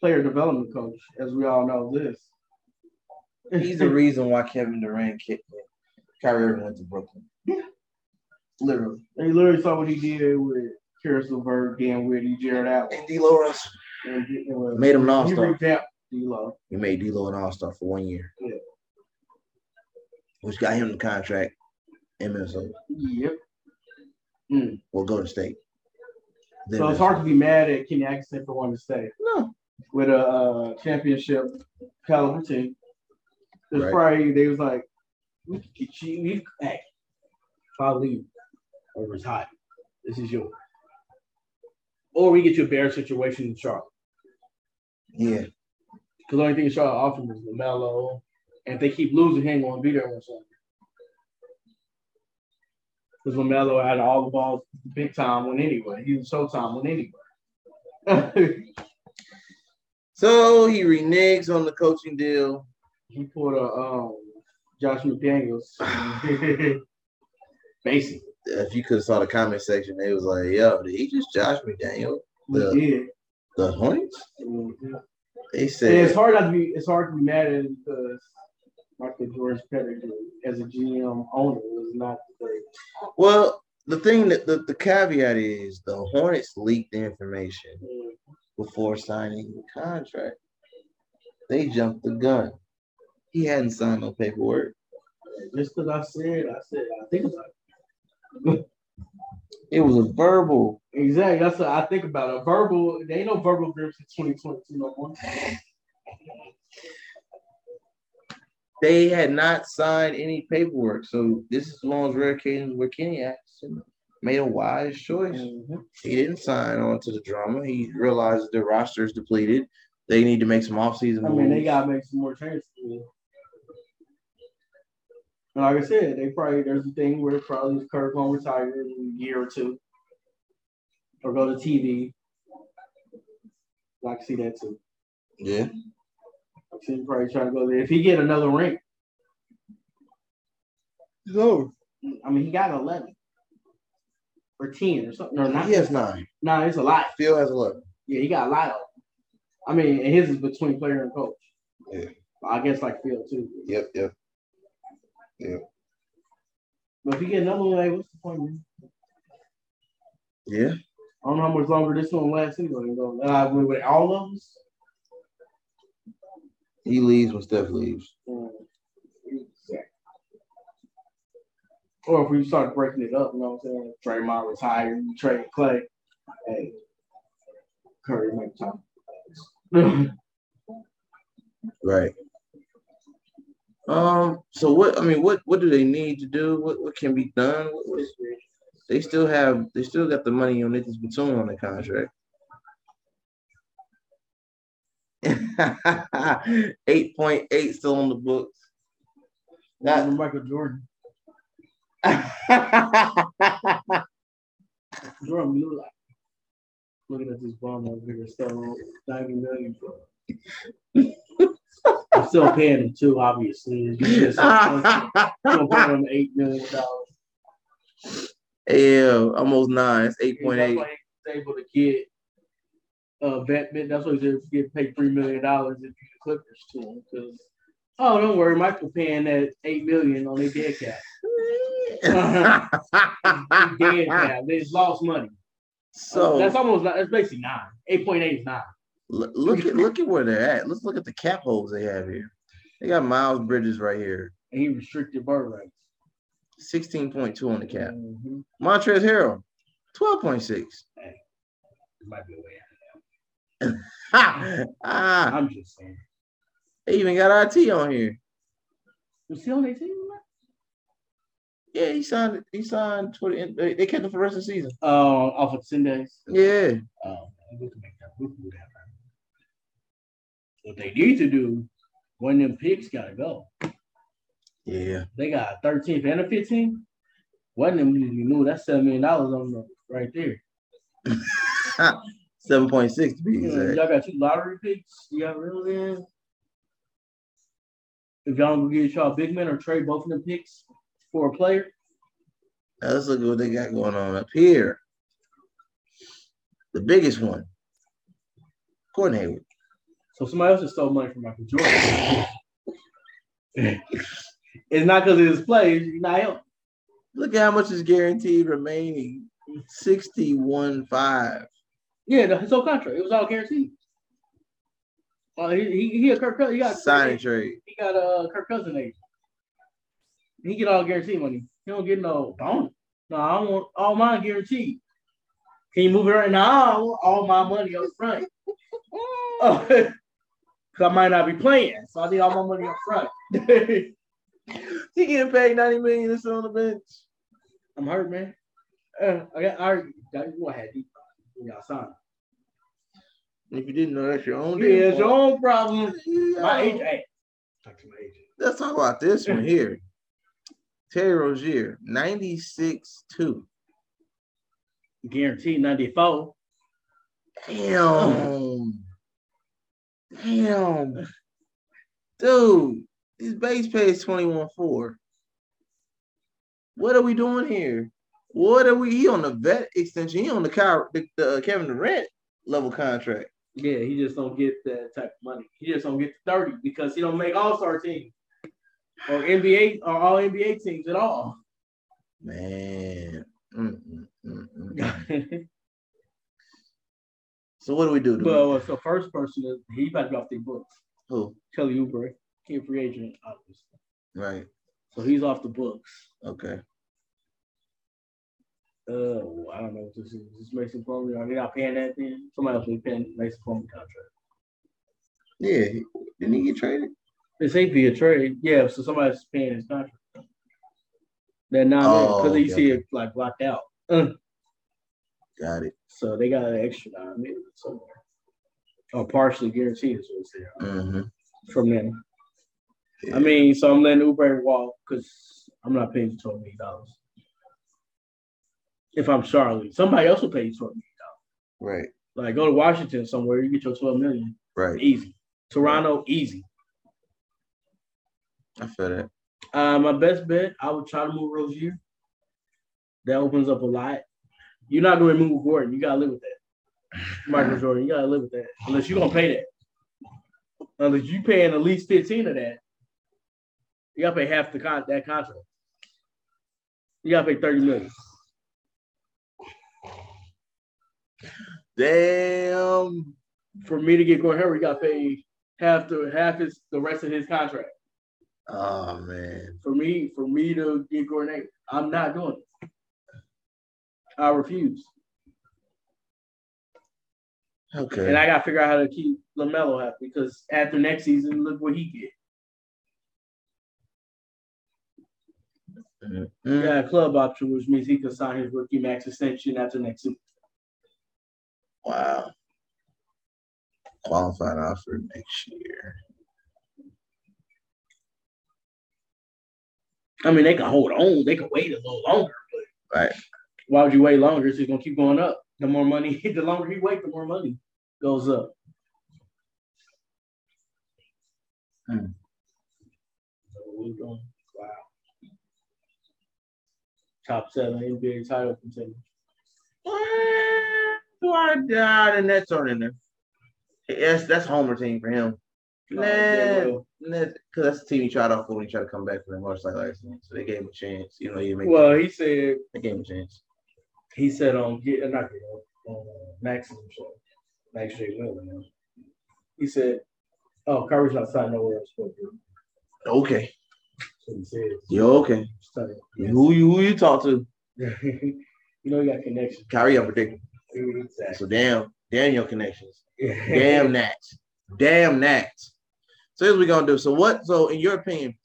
[SPEAKER 2] player development coach, as we all know this.
[SPEAKER 1] He's the reason why Kevin Durant kicked it. Kyrie Irving went to Brooklyn.
[SPEAKER 2] Yeah.
[SPEAKER 1] Literally.
[SPEAKER 2] They literally saw what he did with Karis LeVert, Dan Whitty, Jared Allen.
[SPEAKER 1] And D-Lo Russell.
[SPEAKER 2] And he- it was-
[SPEAKER 1] Made him an
[SPEAKER 2] he
[SPEAKER 1] all-star.
[SPEAKER 2] revamped D-Lo.
[SPEAKER 1] He made D'Lo an All Star for one year,
[SPEAKER 2] Yeah.
[SPEAKER 1] which got him the contract in Minnesota.
[SPEAKER 2] Yep.
[SPEAKER 1] Well, Golden State. Then
[SPEAKER 2] So it's hard to be mad at Kenny Atkinson for wanting to stay.
[SPEAKER 1] No,
[SPEAKER 2] with a uh, championship caliber team. This
[SPEAKER 1] Right.
[SPEAKER 2] Friday, they was like, we could get you, we could, hey, if I leave or retire, this is yours. Or we get you a better situation in Charlotte.
[SPEAKER 1] yeah,
[SPEAKER 2] Because the only thing Charlotte offers is LaMelo. And if they keep losing, he ain't going to be there one Sunday. Because LaMelo had all the balls, big time one anyway. He was showtime one anyway.
[SPEAKER 1] so he reneges on the coaching deal.
[SPEAKER 2] he pulled a um, Josh McDaniels. Basically,
[SPEAKER 1] If you could have saw the comment section, they was like, "Yo, did he just Josh McDaniel
[SPEAKER 2] we
[SPEAKER 1] Yeah.
[SPEAKER 2] did. Mm-hmm.
[SPEAKER 1] the Hornets?"
[SPEAKER 2] And
[SPEAKER 1] They
[SPEAKER 2] it's
[SPEAKER 1] said,
[SPEAKER 2] hard not to be. It's hard to be mad at him because Michael George Pettigrew, as a GM owner, was not the greatest.
[SPEAKER 1] "Well, the thing that the, the caveat is the Hornets leaked the information
[SPEAKER 2] And
[SPEAKER 1] before signing the contract." They jumped the gun. He hadn't signed no paperwork.
[SPEAKER 2] Just because I said, I said, I think about it.
[SPEAKER 1] It was a verbal.
[SPEAKER 2] Exactly. That's what I think about. A verbal, there ain't no verbal agreements in 2022 no more.
[SPEAKER 1] They had not signed any paperwork. So this is one of those rare occasions where Kenny Atkinson made a wise choice.
[SPEAKER 2] Mm.
[SPEAKER 1] He didn't sign on to the drama. He realized the roster is depleted. They need to make some offseason
[SPEAKER 2] I
[SPEAKER 1] moves.
[SPEAKER 2] mean, they gotta make some more changes. And like I said, they probably there's a thing where probably Kirk gonna retire in a year or two, or go to TV. Like see that too.
[SPEAKER 1] yeah.
[SPEAKER 2] I see him probably trying to go there if he get another ring.
[SPEAKER 1] No.
[SPEAKER 2] I mean, he got eleven or ten or something. Or not.
[SPEAKER 1] He has nine.
[SPEAKER 2] No, it's a lot.
[SPEAKER 1] Phil has eleven.
[SPEAKER 2] Yeah, he got a lot of. Them. I mean, and his is between player and coach.
[SPEAKER 1] Yeah.
[SPEAKER 2] I guess like Phil too.
[SPEAKER 1] Yep, yep.
[SPEAKER 2] But if he get another one, like, what's the point? Man?
[SPEAKER 1] Yeah.
[SPEAKER 2] I don't know how much longer this one lasts either. You know, And I went with all of us.
[SPEAKER 1] He leaves when Steph leaves.
[SPEAKER 2] Or if we start breaking it up, you know what I'm saying? Draymond retired, we trade Clay. Hey, Curry make time.
[SPEAKER 1] Right. Um, so what I mean, what what do they need to do? What what can be done? What- what is- they still have they still got the money on Nicholas Batum on the contract. Eight point eight still on the books. That-
[SPEAKER 2] Michael Jordan. Jordan Blue Light. Looking at this bomb over here, still 90 million. bro. I'm still paying him too, obviously. It's just- I'm still paying him $8 million.
[SPEAKER 1] yeah, almost nine. It's eight point
[SPEAKER 2] That's
[SPEAKER 1] eight.
[SPEAKER 2] why he was able to get uh vet, that's why he was able to get paid three million dollars if you the Clippers to him because oh don't worry Michael paying that eight million on their dead cap dead cap they just lost money
[SPEAKER 1] so
[SPEAKER 2] that's almost like that's basically nine eight point eight is nine
[SPEAKER 1] Look, look at look at where they're at. Let's look at the cap holes they have here. They got Miles Bridges right here,
[SPEAKER 2] and he restricted bird rights
[SPEAKER 1] sixteen point two on the cap.
[SPEAKER 2] Mhm.
[SPEAKER 1] Montrez Harrell, twelve point six.
[SPEAKER 2] might be a way out
[SPEAKER 1] Ha! Ah,
[SPEAKER 2] I'm just saying
[SPEAKER 1] they even got IT on here.
[SPEAKER 2] was he on their team man?
[SPEAKER 1] Yeah, he signed. He signed twenty. and They they kept him for the rest of the season.
[SPEAKER 2] uh off of ten days
[SPEAKER 1] Yeah,
[SPEAKER 2] Um, we can make that. We can do that. What they need to do, one of them picks got to go.
[SPEAKER 1] yeah.
[SPEAKER 2] They got a 13th and a 15th. One of them needs to be moved. That's $7 million on them right there.
[SPEAKER 1] Seven point six to be
[SPEAKER 2] You know,
[SPEAKER 1] exact.
[SPEAKER 2] Y'all got two lottery picks. Y'all really in? If y'all don't get y'all big men or trade both of them picks for a player,
[SPEAKER 1] Now let's look at what they got going on up here. The biggest one, Gordon Hayward.
[SPEAKER 2] so somebody else has stole money from Michael Jordan. it's not because of his plays. You're not helping.
[SPEAKER 1] Look at how much is guaranteed remaining. Sixty-one five.
[SPEAKER 2] Yeah, the, his whole contract. It was all guaranteed. Uh, he, he he a Kirk Cousins. He got
[SPEAKER 1] Signing trade.
[SPEAKER 2] He got a uh, Kirk Cousins agent. He get all guaranteed money. He don't get no bonus. No, I don't want all mine guaranteed. Can you move it right now? I want all my money up front. Oh, Cause I might not be playing, so I need all my money up front.
[SPEAKER 1] He getting paid ninety million to sit on the bench.
[SPEAKER 2] I'm hurt, man. Uh, I got I already got you had deep when y'all signed.
[SPEAKER 1] If you didn't know, that's your own.
[SPEAKER 2] Yeah,
[SPEAKER 1] deal,
[SPEAKER 2] it's your own problem.
[SPEAKER 1] boy.
[SPEAKER 2] My agent, hey, talk to my agent.
[SPEAKER 1] Let's talk about this one here. Terry Rozier, ninety-six two.
[SPEAKER 2] guaranteed 94.
[SPEAKER 1] Damn. Damn. Dude, his base pay is 21.4. What are we doing here? What are we? He on the vet extension. He on the, Ky- the, the Kevin Durant level contract.
[SPEAKER 2] Yeah, he just don't get that type of money. He just don't get the 30 because he don't make all-star teams or NBA or all NBA teams at all.
[SPEAKER 1] Man. Mm, mm, mm, mm.
[SPEAKER 2] but
[SPEAKER 1] So what do we do? Do we-
[SPEAKER 2] uh, what's the first person is he about to be off the books.
[SPEAKER 1] Who?
[SPEAKER 2] Kelly Oubre. He a free agent, obviously.
[SPEAKER 1] Right.
[SPEAKER 2] So he's off the books.
[SPEAKER 1] Okay.
[SPEAKER 2] Uh, I don't know what this is. Is this Mason Plumlee? Are they not paying that then? Somebody else be paying Mason Plumlee contract.
[SPEAKER 1] Yeah. he- Didn't he get traded?
[SPEAKER 2] This ain't be a trade. Yeah, so somebody's paying his contract. They're not
[SPEAKER 1] Oh,
[SPEAKER 2] because you
[SPEAKER 1] okay,
[SPEAKER 2] see it like blocked out.
[SPEAKER 1] Got it.
[SPEAKER 2] So they got an extra nine million somewhere. Or partially guaranteed is what's there
[SPEAKER 1] Mm-hmm.
[SPEAKER 2] from them.
[SPEAKER 1] Yeah.
[SPEAKER 2] I mean, so I'm letting Uber walk because I'm not paying you twelve million dollars. If I'm Charlie, somebody else will pay you twelve million.
[SPEAKER 1] Right.
[SPEAKER 2] Like go to Washington somewhere, you get your twelve million.
[SPEAKER 1] Right.
[SPEAKER 2] Easy. Toronto, easy.
[SPEAKER 1] I feel that.
[SPEAKER 2] Uh, my best bet, I would try to move Rozier. That opens up a lot. You're not going to move Gordon. You gotta live with that. Michael Jordan, you gotta live with that. Unless you're gonna pay that. Unless you paying at least 15 of that, you gotta pay half the con- that contract. You gotta pay 30 million.
[SPEAKER 1] Damn.
[SPEAKER 2] For me to get Gordon Hayward, you gotta pay half the half his the rest of his contract.
[SPEAKER 1] Oh man.
[SPEAKER 2] For me, for me to get Gordon Hayward, I'm not doing it. I refuse.
[SPEAKER 1] Okay.
[SPEAKER 2] And I gotta figure out how to keep Lamelo happy because after next season, look what he get.
[SPEAKER 1] Mhm.
[SPEAKER 2] He got a club option, which means he could sign his rookie max extension after next season.
[SPEAKER 1] Wow. Qualified offer next year.
[SPEAKER 2] I mean, they can hold on, they can wait a little longer, but
[SPEAKER 1] Right.
[SPEAKER 2] why would you wait longer? It's just gonna keep going up. The more money, the longer he wait, the more money goes up.
[SPEAKER 1] Hmm.
[SPEAKER 2] So we going- Wow. Top seven NBA title contender.
[SPEAKER 1] Why died and that's on in there. Yes, that's homer team for him.
[SPEAKER 2] Oh, yeah,
[SPEAKER 1] Nah.
[SPEAKER 2] well.
[SPEAKER 1] Because that's the team he tried off for when he tried to come back from the motorcycle accident. So they gave him a chance. You know, he made
[SPEAKER 2] Well, he said
[SPEAKER 1] they gave him a chance.
[SPEAKER 2] he said on get not get on uh, Maximum show, Max J Miller. Man. He said, "Oh, Kyrie's not signed nowhere else." But
[SPEAKER 1] Okay.
[SPEAKER 2] so he said,
[SPEAKER 1] You okay?
[SPEAKER 2] "Stunning."
[SPEAKER 1] Who you who you talk to?
[SPEAKER 2] you know, he got connections.
[SPEAKER 1] Kyrie unpredictable.
[SPEAKER 2] Exactly.
[SPEAKER 1] So damn, damn your connections.
[SPEAKER 2] Damn.
[SPEAKER 1] Damn that. Damn that. So here's what we're gonna do. So what so in your opinion,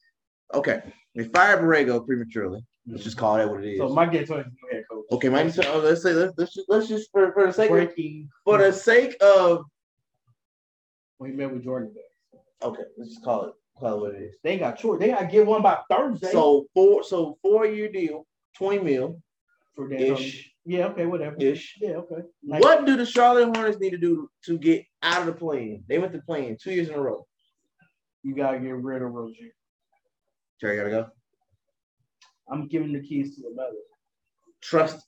[SPEAKER 1] okay, they fired Borrego prematurely. Let's just call that what it is.
[SPEAKER 2] So my guess was head coach.
[SPEAKER 1] okay, Mike, so, uh, let's say let's let's just, let's just for, for the sake of,
[SPEAKER 2] Breaking
[SPEAKER 1] for the sake of
[SPEAKER 2] when he met with Jordan. Bell.
[SPEAKER 1] okay, let's just call it call it what it is.
[SPEAKER 2] They got short. They got to get one by Thursday.
[SPEAKER 1] So four so four year deal, twenty mil
[SPEAKER 2] for Dan Tony.
[SPEAKER 1] ish
[SPEAKER 2] Yeah. Okay. Whatever.
[SPEAKER 1] ish.
[SPEAKER 2] Yeah. Okay. Like-
[SPEAKER 1] What do the Charlotte Hornets need to do to get out of the plane? They went to plane two years in a row.
[SPEAKER 2] You gotta get rid of Rozier.
[SPEAKER 1] Terry gotta go.
[SPEAKER 2] I'm giving the keys to the battle.
[SPEAKER 1] Trust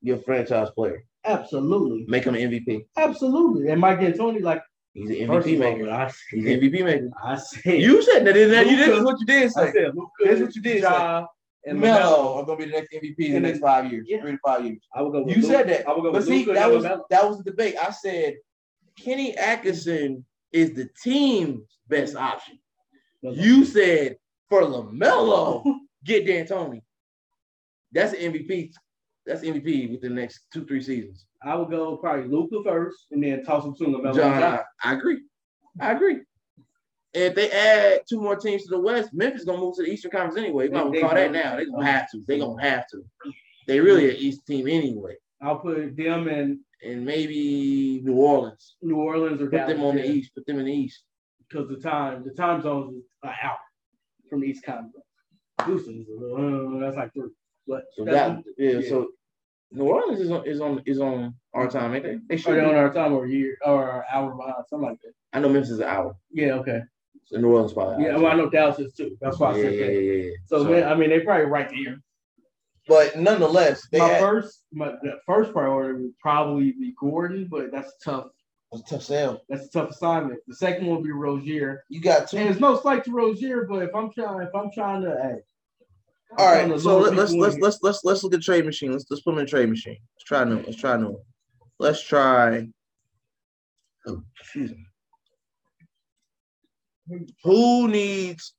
[SPEAKER 1] your franchise player.
[SPEAKER 2] Absolutely.
[SPEAKER 1] Make him an MVP.
[SPEAKER 2] Absolutely. And Mike D'Antoni, like
[SPEAKER 1] He's an
[SPEAKER 2] first
[SPEAKER 1] MVP
[SPEAKER 2] of all,
[SPEAKER 1] maker.
[SPEAKER 2] I
[SPEAKER 1] He's
[SPEAKER 2] said,
[SPEAKER 1] an MVP maker.
[SPEAKER 2] I said,
[SPEAKER 1] You said that, didn't that? You did. That's
[SPEAKER 2] Luka.
[SPEAKER 1] what you did
[SPEAKER 2] I
[SPEAKER 1] say.
[SPEAKER 2] said, Luka,
[SPEAKER 1] That's what you did
[SPEAKER 2] Ja, and
[SPEAKER 1] Melo,
[SPEAKER 2] Melo.
[SPEAKER 1] I'm gonna be the next MVP in the
[SPEAKER 2] And
[SPEAKER 1] next five years,
[SPEAKER 2] yeah.
[SPEAKER 1] three to five years.
[SPEAKER 2] I would go. With
[SPEAKER 1] You
[SPEAKER 2] Luka.
[SPEAKER 1] said that.
[SPEAKER 2] I would
[SPEAKER 1] But
[SPEAKER 2] go. With
[SPEAKER 1] see,
[SPEAKER 2] Luka
[SPEAKER 1] that
[SPEAKER 2] and
[SPEAKER 1] was
[SPEAKER 2] Melo.
[SPEAKER 1] that was the debate. I said Kenny Atkinson is the team's best option. You said for Lamelo, get D'Antoni. That's an MVP. That's MVP with the next two three seasons.
[SPEAKER 2] I would go probably Luka first, and then toss him to Lamelo.
[SPEAKER 1] John, I, I agree. I agree. And if they add two more teams to the West, Memphis gonna move to the Eastern Conference anyway. If
[SPEAKER 2] They-
[SPEAKER 1] I would
[SPEAKER 2] they
[SPEAKER 1] call that
[SPEAKER 2] gonna-
[SPEAKER 1] now, they gonna have to. They gonna have to. They really an East team anyway,
[SPEAKER 2] I'll put them in
[SPEAKER 1] and maybe New Orleans.
[SPEAKER 2] New Orleans or
[SPEAKER 1] Put them on the
[SPEAKER 2] Dallas
[SPEAKER 1] East. Put them in the East.
[SPEAKER 2] because the time the time zones are out from the East Conference. Houston is a little, uh, that's like three. But
[SPEAKER 1] So
[SPEAKER 2] that's-
[SPEAKER 1] that yeah,
[SPEAKER 2] yeah.
[SPEAKER 1] So New Orleans is on is on is on our time, ain't they? They
[SPEAKER 2] are
[SPEAKER 1] should.
[SPEAKER 2] they on
[SPEAKER 1] be.
[SPEAKER 2] our time or a year or an hour behind, something like that.
[SPEAKER 1] I know Memphis is an hour.
[SPEAKER 2] Yeah. Okay.
[SPEAKER 1] So New Orleans probably.
[SPEAKER 2] Yeah. Well, I know Dallas is too. That's why I
[SPEAKER 1] yeah,
[SPEAKER 2] said
[SPEAKER 1] yeah,
[SPEAKER 2] that.
[SPEAKER 1] yeah, yeah.
[SPEAKER 2] So, man, I mean, they probably right there.
[SPEAKER 1] but nonetheless, they
[SPEAKER 2] my
[SPEAKER 1] had,
[SPEAKER 2] first, my the first priority would probably be Gordon, but that's tough.
[SPEAKER 1] was a tough sell.
[SPEAKER 2] That's a tough assignment. The second one would be Rozier,
[SPEAKER 1] You got
[SPEAKER 2] and it's no slight to Rozier, but if I'm trying, if I'm trying to, hey, I'm
[SPEAKER 1] All
[SPEAKER 2] trying
[SPEAKER 1] right,
[SPEAKER 2] to
[SPEAKER 1] so
[SPEAKER 2] lure
[SPEAKER 1] let, let's
[SPEAKER 2] people
[SPEAKER 1] let's
[SPEAKER 2] in
[SPEAKER 1] let's let's let's look at trade machine. Let's let's put them in trade machine. Let's try a new. one. Let's try a new. one. Let's try. Oh, excuse me. Who needs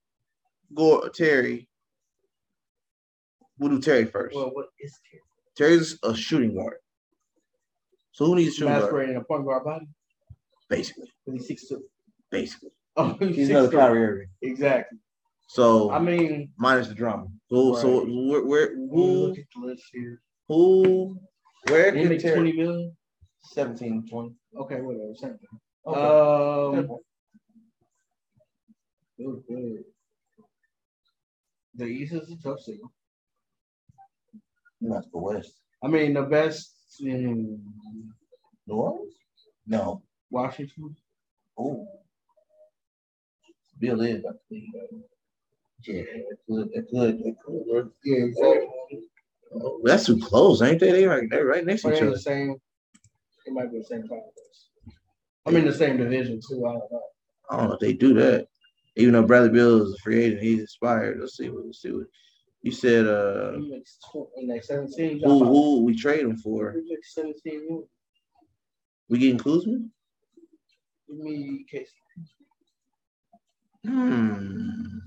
[SPEAKER 1] Gore Terry? We'll do Terry first.
[SPEAKER 2] Well, what is Terry?
[SPEAKER 1] Terry's a shooting guard. So who needs a shooting guard?
[SPEAKER 2] Masquerading in a point guard body?
[SPEAKER 1] Basically,
[SPEAKER 2] But he's six two.
[SPEAKER 1] basically.
[SPEAKER 2] Oh, he's
[SPEAKER 1] He's
[SPEAKER 2] 6'2".
[SPEAKER 1] another Kyrie Irving.
[SPEAKER 2] Exactly.
[SPEAKER 1] So
[SPEAKER 2] I mean,
[SPEAKER 1] minus the drama. So so
[SPEAKER 2] Right.
[SPEAKER 1] where, where who
[SPEAKER 2] look at the list here.
[SPEAKER 1] who where
[SPEAKER 2] Did he
[SPEAKER 1] could
[SPEAKER 2] make
[SPEAKER 1] Terry?
[SPEAKER 2] twenty million?
[SPEAKER 1] 17, 20.
[SPEAKER 2] Okay, whatever. Same thing.
[SPEAKER 1] Okay.
[SPEAKER 2] Um, good, good. the East is a tough city.
[SPEAKER 1] Not the West.
[SPEAKER 2] I mean, the best in
[SPEAKER 1] New Orleans? No.
[SPEAKER 2] Washington.
[SPEAKER 1] Oh. Bill is. I think. uh, Yeah, it could. It could. It could. work.
[SPEAKER 2] Yeah, exactly.
[SPEAKER 1] Oh, that's too close, ain't they? They right, they right next to
[SPEAKER 2] Or
[SPEAKER 1] each
[SPEAKER 2] in
[SPEAKER 1] other.
[SPEAKER 2] the same. It might be the same conference. I'm in the same division too. I don't know.
[SPEAKER 1] I don't know if Oh, they do that. Even though Bradley Bill is a free agent, he's expired. Let's see what. Let's see what. You said uh,
[SPEAKER 2] He makes tw- he makes 17.
[SPEAKER 1] who who we trade him for?
[SPEAKER 2] He makes 17 million.
[SPEAKER 1] We getting Kuzma?
[SPEAKER 2] Give me Casey.
[SPEAKER 1] Hmm.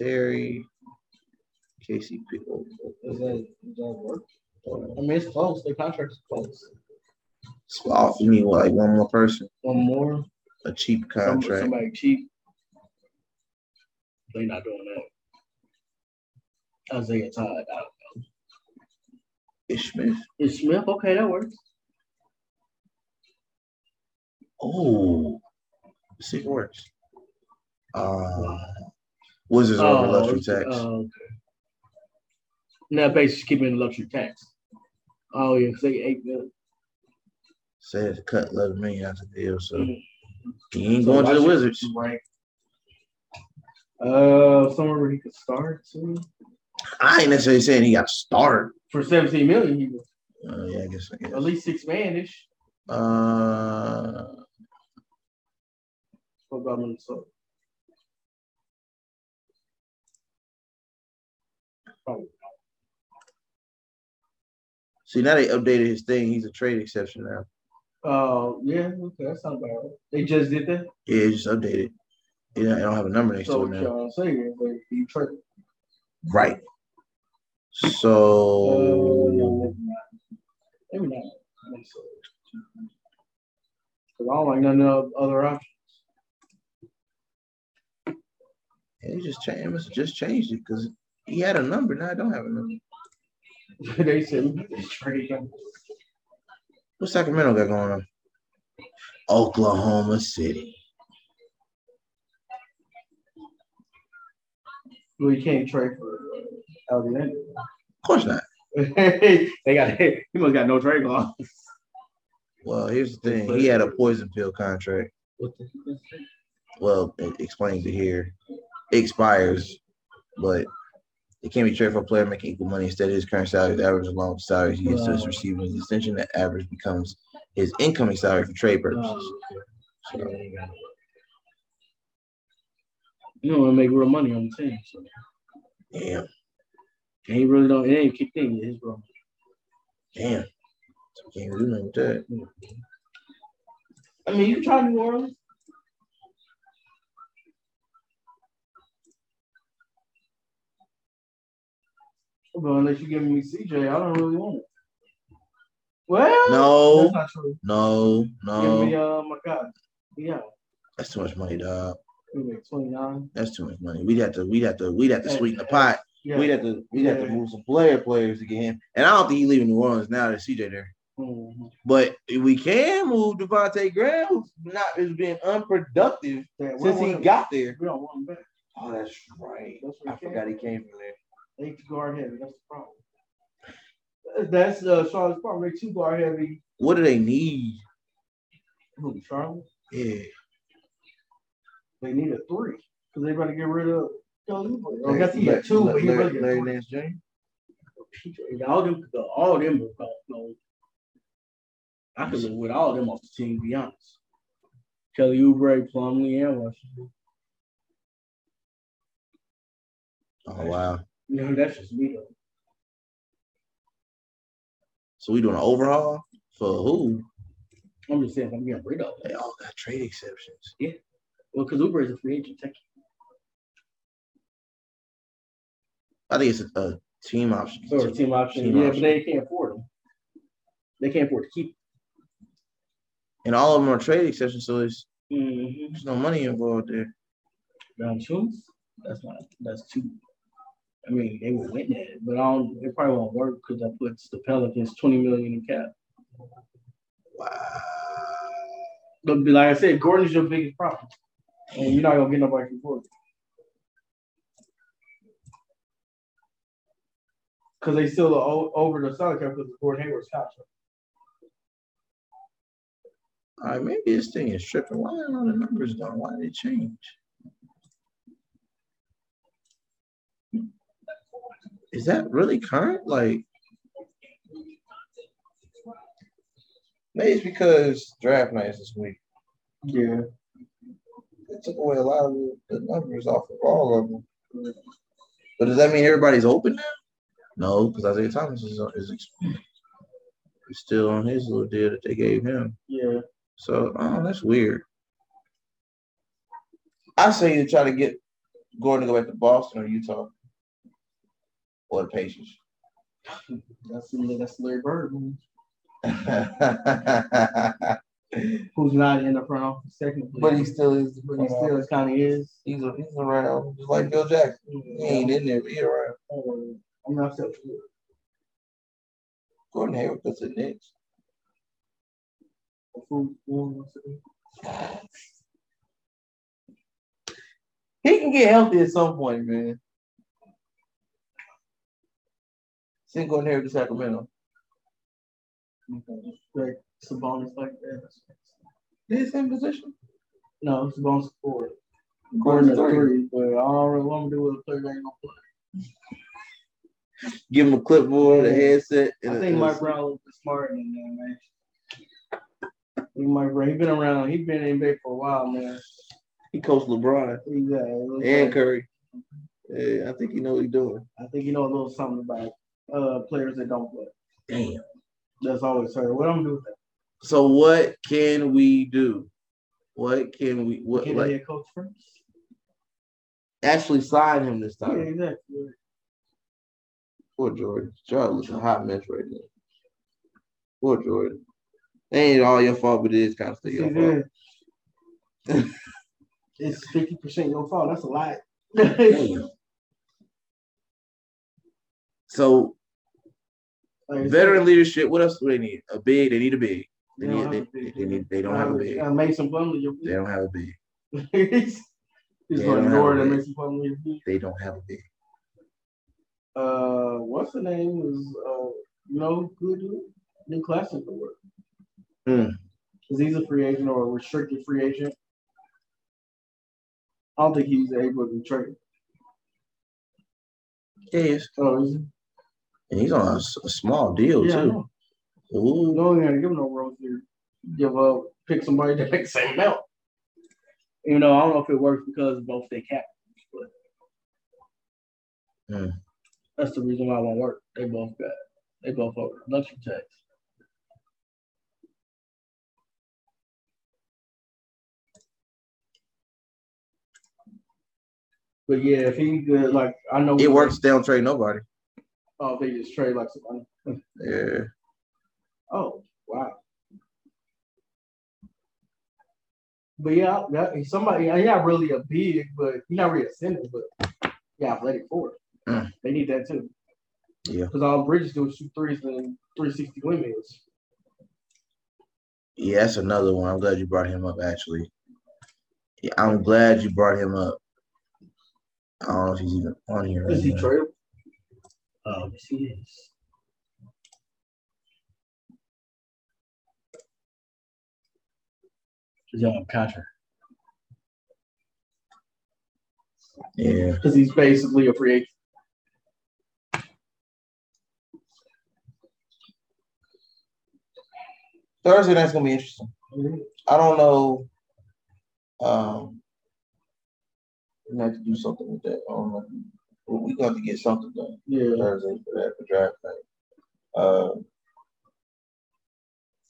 [SPEAKER 1] Terry, Casey Pickle.
[SPEAKER 2] Does that, does that work? I mean, it's close. The contract's close.
[SPEAKER 1] So offer me like one more person,
[SPEAKER 2] One more.
[SPEAKER 1] a cheap
[SPEAKER 2] some-
[SPEAKER 1] contract.
[SPEAKER 2] Somebody cheap. They're not doing that. Isaiah Todd. I don't know.
[SPEAKER 1] Ish Smith.
[SPEAKER 2] Is Smith okay? That works.
[SPEAKER 1] Oh, let's see if it works. Uh, Wizards over luxury tax.
[SPEAKER 2] Uh, okay. Now, basically, keeping the luxury tax. Oh, yeah, say eight million.
[SPEAKER 1] Said to cut 11 million out the deal, so
[SPEAKER 2] Mhm.
[SPEAKER 1] he ain't going to the Wizards.
[SPEAKER 2] Right. Uh, somewhere where he could start too.
[SPEAKER 1] I ain't necessarily saying he got to start.
[SPEAKER 2] For 17 million, he was
[SPEAKER 1] Uh, yeah, I guess. I
[SPEAKER 2] at
[SPEAKER 1] guess.
[SPEAKER 2] least six manish.
[SPEAKER 1] Uh,
[SPEAKER 2] What about Minnesota? Probably.
[SPEAKER 1] see, now they updated his thing. He's a trade exception now.
[SPEAKER 2] Oh, yeah, okay, that sounds about right. They just did that.
[SPEAKER 1] Yeah, it's just updated. Yeah, I don't have a number next
[SPEAKER 2] So,
[SPEAKER 1] to
[SPEAKER 2] what
[SPEAKER 1] it now.
[SPEAKER 2] y'all saying is that you trade.
[SPEAKER 1] Right. So
[SPEAKER 2] Uh, maybe not. Minnesota. 'Cause I don't like none of the other options.
[SPEAKER 1] he just changed. must have just changed it because he had a number. Now I don't have a number.
[SPEAKER 2] they said we could trade him.
[SPEAKER 1] What Sacramento got going on? Oklahoma City.
[SPEAKER 2] Well, you can't trade for uh, Alexander.
[SPEAKER 1] Of course not.
[SPEAKER 2] they got he must got no trade law.
[SPEAKER 1] Well, here's the thing. He had a poison pill contract.
[SPEAKER 2] What the heck is that?
[SPEAKER 1] Well, it explains it here. It expires, but it can't be traded for a player making equal money. Instead, his current salary is average along with salaries he is just receiving his extension. That average becomes his incoming salary for trade
[SPEAKER 4] Uh,
[SPEAKER 1] purposes.
[SPEAKER 2] Oh, okay.
[SPEAKER 1] So,
[SPEAKER 2] You know, I make real money on the team. So.
[SPEAKER 1] damn.
[SPEAKER 2] And he really don't. It ain't kick thing. It's real.
[SPEAKER 1] Damn. Can't do nothing with that.
[SPEAKER 2] I mean, you can try New Orleans. But unless you give me CJ, I don't really want it. Well,
[SPEAKER 1] No,
[SPEAKER 2] that's not true.
[SPEAKER 1] no,
[SPEAKER 2] Give me
[SPEAKER 1] no.
[SPEAKER 2] uh, my God, yeah,
[SPEAKER 1] That's too much money, dog.
[SPEAKER 2] we make twenty nine.
[SPEAKER 1] That's too much money. We'd have to, we'd have to, we'd have to sweeten the pot.
[SPEAKER 2] Yeah,
[SPEAKER 1] We'd have to, we'd have to
[SPEAKER 2] Yeah.
[SPEAKER 1] move some player players to get him. And I don't think he's leaving New Orleans now that CJ there.
[SPEAKER 2] Mhm.
[SPEAKER 1] But if we can move Devontae Graham, who's not has been unproductive
[SPEAKER 2] Yeah, we
[SPEAKER 1] since
[SPEAKER 2] don't
[SPEAKER 1] he
[SPEAKER 2] want
[SPEAKER 1] got
[SPEAKER 2] him-
[SPEAKER 1] there.
[SPEAKER 2] we don't want him back.
[SPEAKER 1] Oh, that's right.
[SPEAKER 2] That's what
[SPEAKER 1] I
[SPEAKER 2] we can.
[SPEAKER 1] forgot he came from there.
[SPEAKER 2] They two guard heavy. That's the problem. That's uh, Charlotte's problem. They two guard heavy.
[SPEAKER 1] What do they need?
[SPEAKER 2] Who, Charlotte?
[SPEAKER 1] Yeah.
[SPEAKER 2] They need a three because they better get rid of. I
[SPEAKER 1] Larry-
[SPEAKER 2] guess he had two, but he
[SPEAKER 1] Larry-
[SPEAKER 2] really
[SPEAKER 1] Larry
[SPEAKER 2] got
[SPEAKER 1] Nance James.
[SPEAKER 2] PJ. All them, all them were gone. gone. I could live with all them off the team. To be honest. Kelly Oubre, Plumlee, and Washington.
[SPEAKER 1] Oh wow.
[SPEAKER 2] You know that's just me though.
[SPEAKER 1] So we doing an overhaul for who?
[SPEAKER 2] I'm just saying if I'm getting rid of.
[SPEAKER 1] They all got trade exceptions.
[SPEAKER 2] Yeah. Well, because Uber is a free agent, technically.
[SPEAKER 4] I think it's a, a team option.
[SPEAKER 2] So it's a team option.
[SPEAKER 4] Team
[SPEAKER 2] yeah,
[SPEAKER 4] option.
[SPEAKER 2] but they can't afford them. They can't afford to keep.
[SPEAKER 4] And all of them are trade exceptions, so it's,
[SPEAKER 2] Mm-hmm.
[SPEAKER 4] there's no money involved there.
[SPEAKER 2] two. That's not. That's two. I mean, they will win that, but I don't. It probably won't work because that puts the Pelicans twenty million in cap.
[SPEAKER 4] Wow.
[SPEAKER 2] But be- like I said, Gordon's your biggest problem, and you're not gonna get nobody from Gordon. Because they still are o- over the salary cap because of Gordon Hayward's contract.
[SPEAKER 4] All right, maybe this thing is tripping. Why are all the numbers done? Why did it change? Is that really current? Like, maybe it's because draft night is this week.
[SPEAKER 2] Yeah.
[SPEAKER 4] It took away a lot of the- the numbers off of all of them. But does that mean everybody's open now? No, because Isaiah Thomas is, is, is still on his little deal that they gave him.
[SPEAKER 2] Yeah.
[SPEAKER 4] So, oh, that's weird. I say you try to get Gordon to go back to Boston or Utah or the Pacers.
[SPEAKER 2] That's that's Larry Bird.
[SPEAKER 4] but
[SPEAKER 2] who's not in the front office technically.
[SPEAKER 4] he still is.
[SPEAKER 2] but he still kind of is.
[SPEAKER 4] He's, a, he's around, just like Bill Jackson. He ain't in there, but he around.
[SPEAKER 2] I'm not so sure.
[SPEAKER 4] Gordon Hayward puts it next.
[SPEAKER 2] Who- who wants to be-
[SPEAKER 4] He can get healthy at some point, man. Send Gordon Hayward to Sacramento.
[SPEAKER 2] Like Sabonis like that.
[SPEAKER 4] They the same position.
[SPEAKER 2] No, Sabonis four.
[SPEAKER 4] Gordon's
[SPEAKER 2] Gordon's three,
[SPEAKER 4] three.
[SPEAKER 2] but I don't really want to do with a player that ain't gonna play.
[SPEAKER 4] Give him a clipboard, a headset.
[SPEAKER 2] I
[SPEAKER 4] a-
[SPEAKER 2] think
[SPEAKER 4] a-
[SPEAKER 2] Mike Brown was smart in there, man. I think Mike Brown, he's been around. He's been in NBA for a while, man.
[SPEAKER 4] He coached LeBron
[SPEAKER 2] Exactly.
[SPEAKER 4] and Curry. Yeah, I think he know what he's doing.
[SPEAKER 2] I think you know a little something about uh, players that don't play.
[SPEAKER 4] Damn.
[SPEAKER 2] That's always hurt. What I'm gonna do with that?
[SPEAKER 4] So what can we do? What can we what
[SPEAKER 2] Get a
[SPEAKER 4] like
[SPEAKER 2] head coach first.
[SPEAKER 4] actually sign him this
[SPEAKER 2] Yeah,
[SPEAKER 4] time?
[SPEAKER 2] exactly.
[SPEAKER 4] Poor Jordan. Jordan looks a hot mess right now. Poor Jordan. Ain't all your fault, but it is kind of still
[SPEAKER 2] See,
[SPEAKER 4] your fault.
[SPEAKER 2] there. it's fifty percent your fault. That's a lot.
[SPEAKER 4] Damn. So
[SPEAKER 2] Like,
[SPEAKER 4] veteran leadership, what else do they need? A big, they need a big. They
[SPEAKER 2] They don't
[SPEAKER 4] need
[SPEAKER 2] have a
[SPEAKER 4] they,
[SPEAKER 2] big.
[SPEAKER 4] they need they don't have a big.
[SPEAKER 2] Uh, Mason Plumlee, your
[SPEAKER 4] They don't have a big.
[SPEAKER 2] He's
[SPEAKER 4] They
[SPEAKER 2] going to
[SPEAKER 4] don't have
[SPEAKER 2] ignore
[SPEAKER 4] a
[SPEAKER 2] that
[SPEAKER 4] big.
[SPEAKER 2] Mason Plumlee. your big.
[SPEAKER 4] They don't have a big.
[SPEAKER 2] Uh, what's the name? Is uh, no good dude? new classic award.
[SPEAKER 4] Hmm.
[SPEAKER 2] Because he's a free agent or a restricted free agent. I don't think he's able to trade.
[SPEAKER 4] Yeah, it's-
[SPEAKER 2] Oh, is he?
[SPEAKER 4] and he's on a, s- a small deal
[SPEAKER 2] yeah, I
[SPEAKER 4] too.
[SPEAKER 2] know.
[SPEAKER 4] Ooh,
[SPEAKER 2] You don't even gotta give him no rose here. Give up, pick somebody that makes the same amount. You know, I don't know if it works because both they cap, but
[SPEAKER 4] Hmm.
[SPEAKER 2] that's the reason why it won't work. They both got they both owe luxury tax. But yeah, if he could, like I know
[SPEAKER 4] it works. They don't trade nobody.
[SPEAKER 2] Oh, they just trade like somebody.
[SPEAKER 4] Yeah,
[SPEAKER 2] Oh, wow. But yeah, that, he's somebody, yeah, he's not really a big, but he's not really a center, but yeah, athletic forward.
[SPEAKER 4] Mm.
[SPEAKER 2] They need that too.
[SPEAKER 4] Yeah.
[SPEAKER 2] Because all Bridges do is shoot threes and 360 windmills.
[SPEAKER 4] yeah, that's another one. I'm glad you brought him up. Actually, yeah, I'm glad you brought him up. I don't know if he's even on here. Right
[SPEAKER 2] Is he
[SPEAKER 4] now.
[SPEAKER 2] tradable? Oh, yes, he is. He's on contract.
[SPEAKER 4] yeah,
[SPEAKER 2] Because he's basically a free agent.
[SPEAKER 4] Thursday night's gonna be interesting. I don't know. Um, we have to do something with that. I don't know. We got to get something done.
[SPEAKER 2] Yeah.
[SPEAKER 4] Thursday for that for draft night. Uh,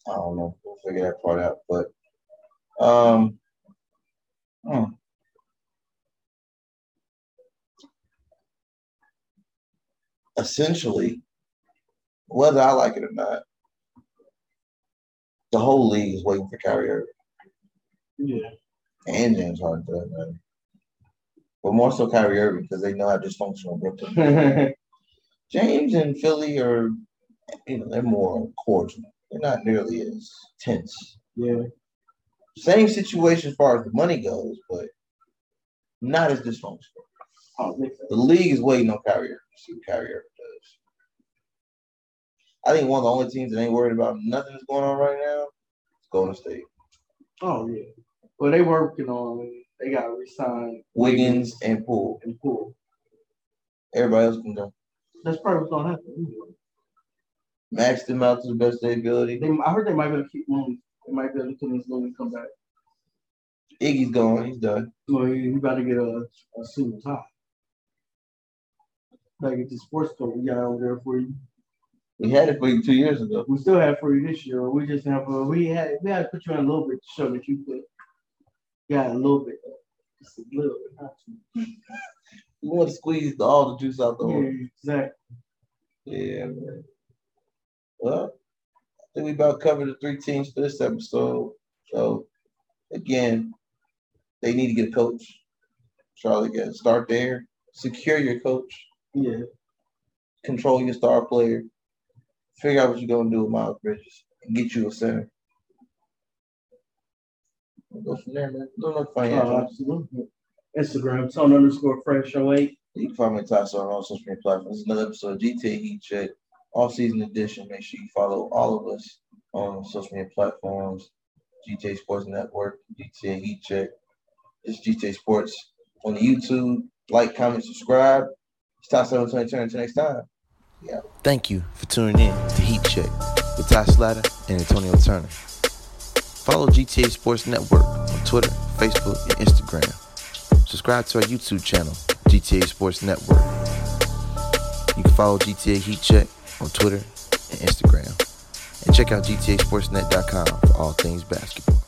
[SPEAKER 4] I don't know. We'll figure that part out. But um, Hmm. Essentially, whether I like it or not, the whole league is waiting for Kyrie Irving
[SPEAKER 2] Yeah.
[SPEAKER 4] and James Harden for that matter. But more so Kyrie Irving because they know how dysfunctional Brooklyn. is. James and Philly are, you know, they're more cordial. They're not nearly as tense.
[SPEAKER 2] yeah.
[SPEAKER 4] Same situation as far as the money goes, but not as dysfunctional.
[SPEAKER 2] Oh, makes sense.
[SPEAKER 4] The league is waiting on Kyrie Irving to see what Kyrie Irving does. I think one of the only teams that ain't worried about nothing that's going on right now is Golden State.
[SPEAKER 2] Oh yeah. Well, they working on. They got resigned
[SPEAKER 4] Wiggins and Poole.
[SPEAKER 2] and Poole.
[SPEAKER 4] Everybody else can go.
[SPEAKER 2] That's probably what's gonna happen. anyway.
[SPEAKER 4] Max them out to the best of their ability.
[SPEAKER 2] They, I heard they might be able to keep Looney. They might be able to keep this Looney come back.
[SPEAKER 4] Iggy's gone. He's done.
[SPEAKER 2] Well, you, you gotta get a, a single tie. Gotta get the sports coat we got over there for you.
[SPEAKER 4] We had it for you two years ago.
[SPEAKER 2] We still have for you this year. We just have a, we had we had to put you in a little bit to show that you could. Yeah, a little bit. Just a little bit, not too much.
[SPEAKER 4] We want to squeeze the, all the juice out the orange.
[SPEAKER 2] Yeah, exactly.
[SPEAKER 4] Yeah, man. Well, I think we about covered the three teams for this episode. So, again, they need to get a coach. Charlotte, got to start there. Secure your coach.
[SPEAKER 2] Yeah.
[SPEAKER 4] Control your star player. Figure out what you're going to do with Miles Bridges and get you a center. We'll Go from there, man. No, no financial.
[SPEAKER 2] Oh, absolutely. Instagram, tone underscore fresh 08.
[SPEAKER 4] You can find me Tasso on all social media platforms. This is another episode of GTA Heat Check, all season edition. Make sure you follow all of us on social media platforms GTA Sports Network, GTA Heat Check. This is GTA Sports on YouTube. Like, comment, subscribe. It's Tasso 2020. Until next time.
[SPEAKER 3] Thank you for tuning in to Heat Check with Ty Slatter and Antonio Turner. Follow GTA Sports Network on Twitter, Facebook, and Instagram. Subscribe to our YouTube channel, GTA Sports Network. You can follow GTA Heat Check on Twitter and Instagram. And check out GTASportsNet.com for all things basketball.